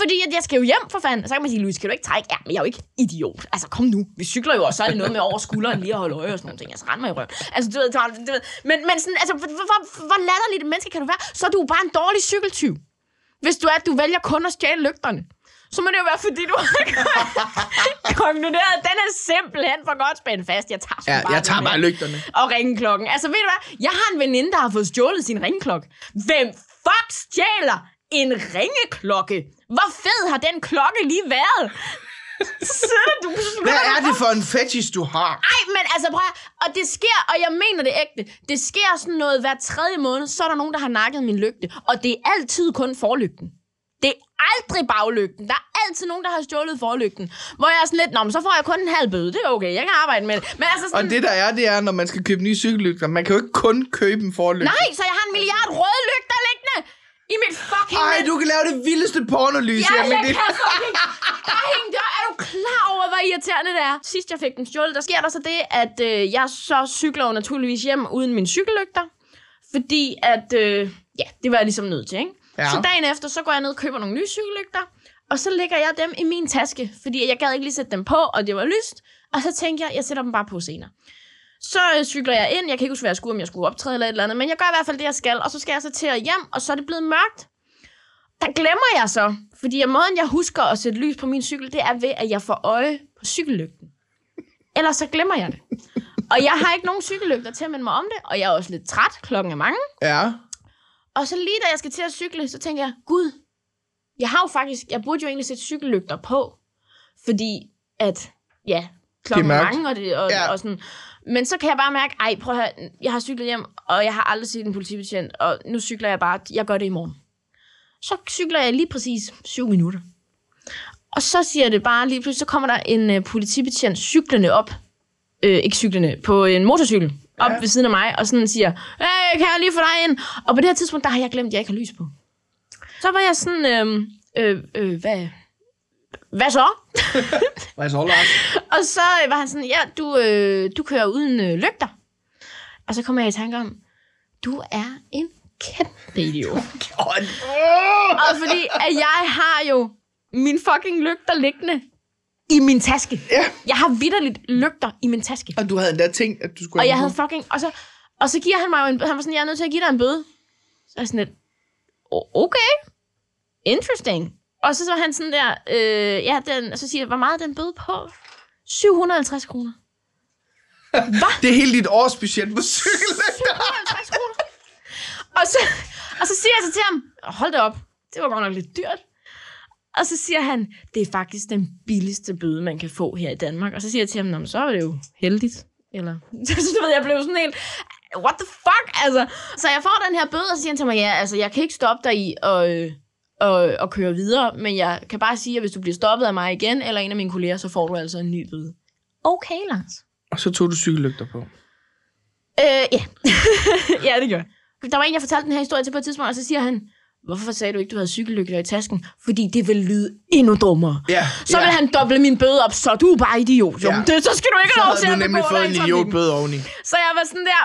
Speaker 3: Fordi at jeg skal jo hjem for fanden. Og Så kan man sige, Louise, kan du ikke trække? Ja, men jeg er jo ikke idiot. Altså, kom nu. Vi cykler jo, og så er det noget med over skulderen lige at holde øje og sådan nogle ting. Altså, rend mig i røven. Altså, du ved, du ved- du ved. Men, men sådan, altså, hvor, hvor, hvor latterligt et menneske kan du være? Så er du jo bare en dårlig cykeltyv. Hvis du er, at du vælger kun at stjæle lygterne, så må det jo være, fordi du har konkluderet, at den er simpelthen for godt spændt fast. Jeg tager sgu
Speaker 2: Ja,
Speaker 3: bare
Speaker 2: jeg
Speaker 3: den
Speaker 2: tager
Speaker 3: her."
Speaker 2: bare lygterne.
Speaker 3: og ringeklokken. Altså, ved du hvad? Jeg har en veninde, der har fået stjålet sin ringeklokke. Hvem fuck stjæler en ringeklokke? Hvor fed har den klokke lige været? Sidder du
Speaker 2: Hvad er det for en fetish, du har?
Speaker 3: Nej, men altså prøv at, Og det sker, og jeg mener det ægte. Det sker sådan noget hver tredje måned, så er der nogen, der har nakket min lygte. Og det er altid kun forlygten. Det er aldrig baglygten. Der er altid nogen, der har stjålet forlygten. Hvor jeg er sådan lidt, Nå, men så får jeg kun en halv bøde. Det er okay, jeg kan arbejde med det. Men altså
Speaker 2: Og
Speaker 3: sådan,
Speaker 2: det der er, det er, når man skal købe nye cykellygter. Man kan jo ikke kun købe en forlygte.
Speaker 3: Nej, så jeg har en milliard røde lygter liggende i mit fucking...
Speaker 2: Ej,
Speaker 3: net.
Speaker 2: du kan lave det vildeste pornolys.
Speaker 3: Ja,
Speaker 2: men
Speaker 3: jeg
Speaker 2: det...
Speaker 3: kan fucking... Fucking dør, er du klar over, hvor irriterende det er? Sidst jeg fik den stjålet, der sker der så det, at øh, jeg så cykler jo naturligvis hjem uden min cykellygter. Fordi at, øh, ja, det var jeg ligesom nødt til, ikke?
Speaker 2: Ja.
Speaker 3: Ja. Så dagen efter, så går jeg ned og køber nogle nye cykellygter. Og så lægger jeg dem i min taske, fordi jeg gad ikke lige sætte dem på, og det var lyst. Og så tænkte jeg, jeg sætter dem bare på senere. Så øh, cykler jeg ind. Jeg kan ikke huske, hvad jeg skulle, om jeg skulle optræde eller et eller andet. Men jeg gør i hvert fald det, jeg skal. Og så skal jeg så til at hjem, og så er det blevet mørkt. Der glemmer jeg så. Fordi jeg- måden, jeg husker at sætte lys på min cykel, det er ved, at jeg får øje på cykellygten. Ellers så glemmer jeg det. Og jeg har ikke nogen cykellygter til at minde mig om det. Og jeg er også lidt træt. Klokken er mange.
Speaker 2: Ja.
Speaker 3: Og så lige da jeg skal til at cykle, så tænker jeg, gud, jeg har jo faktisk, jeg burde jo egentlig sætte cykellygter på. Fordi at, ja, klokken er
Speaker 2: mørkt.
Speaker 3: mange, og, det, og,
Speaker 2: Ja.
Speaker 3: ja. og sådan. Men så kan jeg bare mærke, ej, prøv at høre, jeg har cyklet hjem, og jeg har aldrig set en politibetjent, og nu cykler jeg bare, jeg gør det i morgen. Så cykler jeg lige præcis syv minutter. Og så siger det bare lige pludselig, så kommer der en øh, politibetjent cyklende op, øh, ikke cyklende, på en motorcykel, op
Speaker 2: Ja.
Speaker 3: ved siden af mig, og sådan siger, hey, kan jeg lige få dig ind? Og på det her tidspunkt, der har jeg glemt, at jeg ikke har lys på. Så var jeg sådan, øh, øh, øh, hvad, hvad så?
Speaker 2: Hvad så, Lars?
Speaker 3: Og så øh, var han sådan, ja, du, øh, du kører uden øh, lygter. Og så kom jeg i tanke om, du er en kæmpe idiot. Og fordi, at jeg har jo min fucking lygter liggende i min taske.
Speaker 2: Ja.
Speaker 3: Jeg har vidderligt lygter i min taske.
Speaker 2: Og du havde endda tænkt, at du skulle
Speaker 3: Og
Speaker 2: have
Speaker 3: jeg
Speaker 2: den
Speaker 3: havde
Speaker 2: på.
Speaker 3: fucking... Og så, og så giver han mig jo en... Han var sådan, jeg er nødt til at give dig en bøde. Så er jeg sådan lidt... "O- Okay. Interesting. Og så var han sådan der... Øh, ja, den, og så siger jeg, hvor meget er den bøde på? 750 kroner.
Speaker 2: Det er hele dit årsbudget på cykellygter.
Speaker 3: 750 kroner. Og så, og så siger jeg så til ham, hold da op, det var godt nok lidt dyrt. Og så siger han, det er faktisk den billigste bøde, man kan få her i Danmark. Og så siger jeg til ham, "Nå, men så er det jo heldigt. Eller, så ved jeg, jeg blev sådan helt, what the fuck, altså. Så jeg får den her bøde, og så siger han til mig, ja, altså, jeg kan ikke stoppe dig i og, øh, og, og køre videre, men jeg kan bare sige, at hvis du bliver stoppet af mig igen, eller en af mine kolleger, så får du altså en ny bøde. Okay, Lars.
Speaker 2: Og så tog du cykellygter på.
Speaker 3: Øh, ja. ja, det gør Der var en, jeg fortalte den her historie til på et tidspunkt, og så siger han, hvorfor sagde du ikke, du havde cykellygter i tasken? Fordi det vil lyde endnu dummere.
Speaker 2: Ja.
Speaker 3: Så
Speaker 2: ja.
Speaker 3: vil han doble min bøde op, så du er bare idiot. Jo.
Speaker 2: Ja.
Speaker 3: Ja. Det, så skal du ikke
Speaker 2: så
Speaker 3: have lov
Speaker 2: havde
Speaker 3: til
Speaker 2: du
Speaker 3: at
Speaker 2: nemlig
Speaker 3: begå
Speaker 2: fået
Speaker 3: dig i
Speaker 2: en
Speaker 3: trafikken."
Speaker 2: idiotbøde oveni.
Speaker 3: Så jeg var sådan der,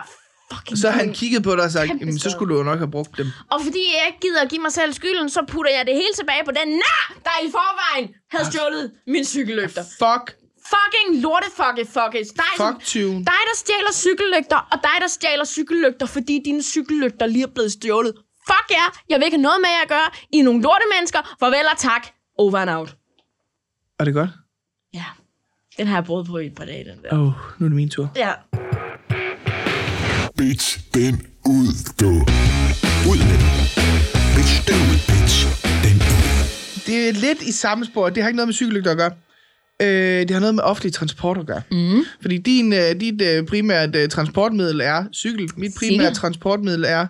Speaker 3: fucking
Speaker 2: Så han
Speaker 3: idiot.
Speaker 2: kiggede på dig og sagde,
Speaker 3: Kæmpe
Speaker 2: Jamen, så
Speaker 3: skade."
Speaker 2: skulle du jo nok have brugt dem.
Speaker 3: Og fordi jeg ikke gider at give mig selv skylden, så putter jeg det hele tilbage på den nar, der i forvejen havde stjålet min cykellygter.
Speaker 2: Fuck.
Speaker 3: Fucking lorte, fucke, fucke. Dig, som-
Speaker 2: Fuck tyven.
Speaker 3: Dig, der stjæler cykellygter, og dig, der stjæler cykellygter, fordi dine cykellygter lige er blevet stjålet. Fuck jer, jeg vil ikke have noget med jer at gøre. I er nogle lorte mennesker. Farvel og tak. Over and out.
Speaker 2: Er det godt?
Speaker 3: Ja, den har jeg brugt på i et par dage, den der.
Speaker 2: Åh, oh, nu er det min tur.
Speaker 3: Ja.
Speaker 1: Bitch, den ud, du. Ud med den. Bitch, den ud, bitch. Den ud.
Speaker 2: Det er lidt i samme spor. Det har ikke noget med cykellygter at gøre. Øh, det har noget med offentlig transport at gøre. Mm. Fordi din, øh, dit øh, primære øh, transportmiddel er cykel. Mit primære
Speaker 3: Sikkert.
Speaker 2: transportmiddel er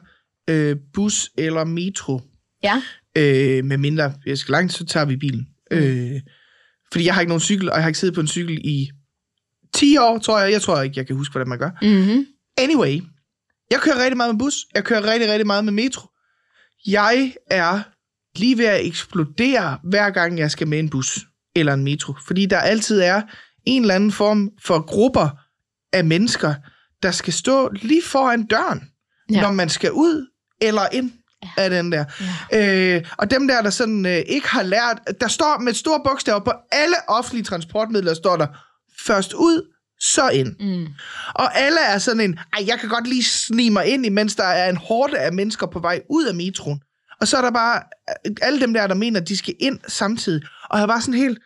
Speaker 2: øh, bus eller metro.
Speaker 3: Ja.
Speaker 2: Øh, med mindre jeg skal langt, så tager vi bilen. Mm. Øh, fordi jeg har ikke nogen cykel, og jeg har ikke siddet på en cykel i 10 år, tror jeg. Jeg tror ikke, jeg kan huske, hvordan man gør.
Speaker 3: Mm-hmm.
Speaker 2: Anyway, jeg kører rigtig meget med bus. Jeg kører rigtig, rigtig meget med metro. Jeg er lige ved at eksplodere, hver gang jeg skal med en bus eller en metro. Fordi der altid er en eller anden form for grupper af mennesker, der skal stå lige foran døren, ja.
Speaker 3: Ja.
Speaker 2: når man skal ud eller ind af den der. Ja. Øh, og dem der, der sådan øh, ikke har lært, der står med store bogstaver på alle offentlige transportmidler, står der først ud, så ind.
Speaker 3: Mm.
Speaker 2: Og alle er sådan en, ej, jeg kan godt lige snige mig ind, imens der er en horde af mennesker på vej ud af metroen. Og så er der bare øh, alle dem der, der mener, at de skal ind samtidig. Og jeg var sådan helt,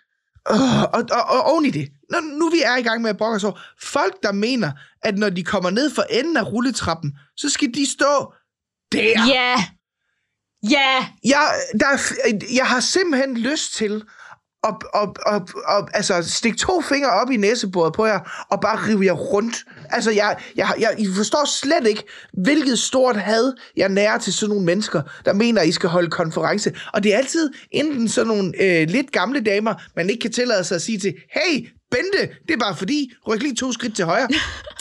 Speaker 2: øh, og, og, og oven i det, når, nu vi er i gang med at brokke os over, folk der mener, at når de kommer ned for enden af rulletrappen, så skal de stå der.
Speaker 3: Ja. Ja.
Speaker 2: Jeg, der, er f- jeg har simpelthen lyst til at, at, at, at, at altså, stikke to fingre op i næsebordet på jer, og bare rive jer rundt. Altså, jeg, jeg, jeg, I forstår slet ikke, hvilket stort had jeg nærer til sådan nogle mennesker, der mener, at I skal holde konference. Og det er altid enten sådan nogle øh, lidt gamle damer, man ikke kan tillade sig at sige til, hey, Bente, det er bare fordi, ryk lige to skridt til højre.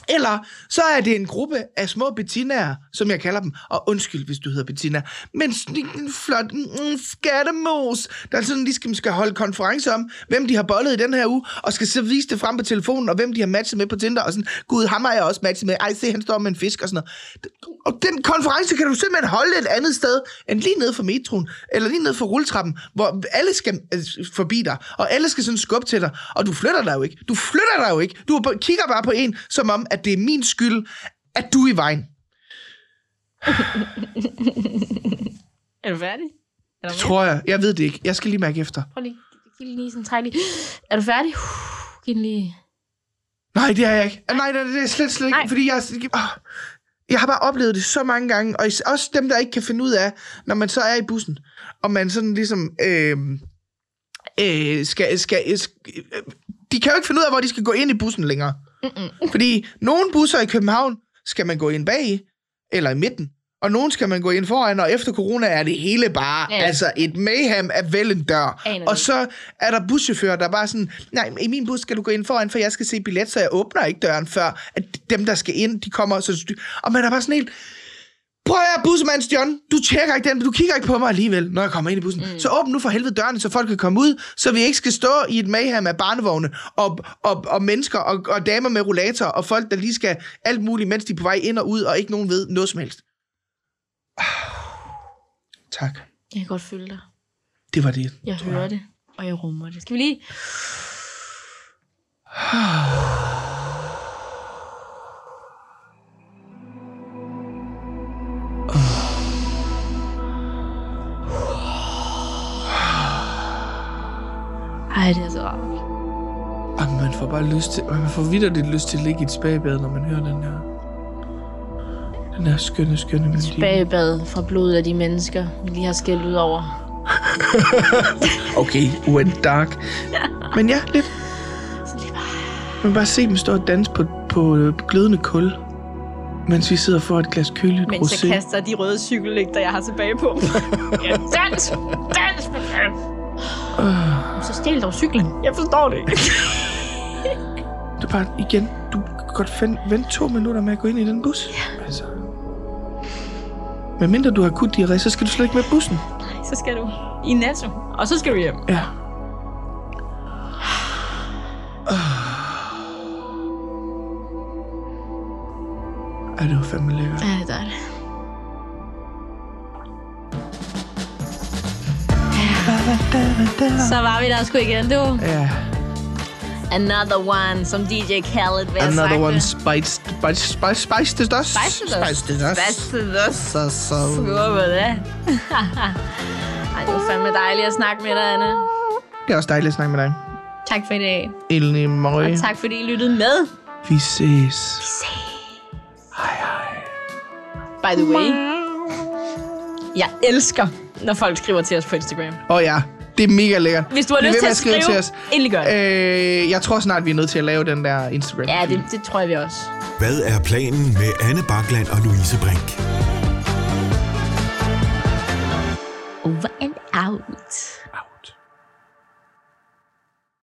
Speaker 2: Eller så er det en gruppe af små Bettinaer, som jeg kalder dem. Og undskyld, hvis du hedder Bettina. Men sådan en flot mm, skattemos, der sådan ligesom skal holde konference om, hvem de har bollet i den her uge, og skal så vise det frem på telefonen, og hvem de har matchet med på Tinder. Og sådan, gud, ham har jeg også matchet med. Ej, se, han står med en fisk og sådan noget. Og den konference kan du simpelthen holde et andet sted, end lige nede for metroen, eller lige nede for rulletrappen, hvor alle skal øh, forbi dig, og alle skal sådan skubbe til dig, og du flytter dig jo ikke. Du flytter dig jo ikke. Du b- kigger bare på en, som om, at det er min skyld, at du er i vejen.
Speaker 3: Er du færdig? Er
Speaker 2: Det
Speaker 3: du
Speaker 2: tror jeg. Jeg ved det ikke. Jeg skal lige mærke efter.
Speaker 3: Prøv lige, giv den lige sådan træk lige. Er du færdig? Giv den lige.
Speaker 2: Nej, det er jeg ikke. Ah, Nej, det det er slet, slet ikke,
Speaker 3: Nej.
Speaker 2: fordi jeg... åh, Jeg har bare oplevet det så mange gange, og is- også dem, der ikke kan finde ud af, når man så er i bussen, og man sådan ligesom... Øh, øh, skal, skal, øh, sk- øh, de kan jo ikke finde ud af, hvor de skal gå ind i bussen længere. Mm-mm. Fordi nogle busser i København skal man gå ind bag i, eller i midten, og nogle skal man gå ind foran, og efter corona er det hele bare
Speaker 3: Ja.
Speaker 2: ja. altså et mayhem af vel en dør.
Speaker 3: Aner
Speaker 2: Og
Speaker 3: det.
Speaker 2: så er der buschauffører, der bare sådan, nej, i min bus skal du gå ind foran, for jeg skal se billet, så jeg åbner ikke døren, før at dem, der skal ind, de kommer. Så, og man er bare sådan helt, Prøv at høre, busmands John, du tjekker ikke den, du kigger ikke på mig alligevel, når jeg kommer ind i bussen. Mm. Så åbn nu for helvede dørene, så folk kan komme ud, så vi ikke skal stå i et mayhem af barnevogne og, og, og mennesker og, og damer med rollator og folk, der lige skal alt muligt, mens de er på vej ind og ud, og ikke nogen ved noget som helst. Ah. Tak.
Speaker 3: Jeg kan godt følge dig.
Speaker 2: Det var det.
Speaker 3: Jeg hører det, og jeg rummer det. Skal vi lige... Ej, det er så rart.
Speaker 2: Og man får bare lyst til, man får vidderligt lyst til at ligge i et spagbad, når man hører den her, den her skønne, skønne melodi.
Speaker 3: Bagbad fra blodet af de mennesker, vi lige har skældt ud over.
Speaker 2: Okay, went dark. Men ja, lidt.
Speaker 3: Så lige
Speaker 2: Man
Speaker 3: bare...
Speaker 2: kan bare se dem stå og danse på, på øh, glødende kul, mens vi sidder for et glas køligt
Speaker 3: Mens jeg
Speaker 2: rosé.
Speaker 3: kaster de røde cykellygter, jeg har tilbage på. ja, dans! Dans! for fanden! Så stjæl dog cyklen. Ah. Jeg forstår det ikke.
Speaker 2: Du bare igen, du kan godt find, vente to minutter med at gå ind i den bus. Ja. Altså. Men mindre du har kudt diarré, så skal du slet ikke med bussen.
Speaker 3: Så skal du i Netto. Og så skal du hjem.
Speaker 2: Ja. Ah. Ej, det var fandme lækkert.
Speaker 3: Ja, det er dejligt. Så var vi der sgu igen, du.
Speaker 2: Ja,
Speaker 3: Another one, som DJ Khaled vil have
Speaker 2: another
Speaker 3: sagt
Speaker 2: one
Speaker 3: det.
Speaker 2: spice, spice, spice, spice det dust.
Speaker 3: Spice it up.
Speaker 2: Spice det dust.
Speaker 3: Spice it up.
Speaker 2: Så, så.
Speaker 3: Skur på det. Ej, det var fandme dejligt at snakke med dig, Anna.
Speaker 2: Det er også dejligt at snakke med dig.
Speaker 3: Tak for i dag.
Speaker 2: Ellen i morgen.
Speaker 3: Tak fordi I lyttede med.
Speaker 2: Vi ses.
Speaker 3: By the way, jeg elsker, når folk skriver til os på Instagram.
Speaker 2: Åh ja, det er mega lækkert.
Speaker 3: Hvis du har
Speaker 2: Bliv
Speaker 3: lyst
Speaker 2: ved
Speaker 3: til
Speaker 2: med
Speaker 3: at skrive,
Speaker 2: til os.
Speaker 3: endelig gør det.
Speaker 2: Øh, jeg tror snart, vi er nødt til at lave den der Instagram.
Speaker 3: Ja, det, det tror jeg vi også.
Speaker 1: Hvad er planen med Anne Bakland og Louise Brink?
Speaker 3: Over and out.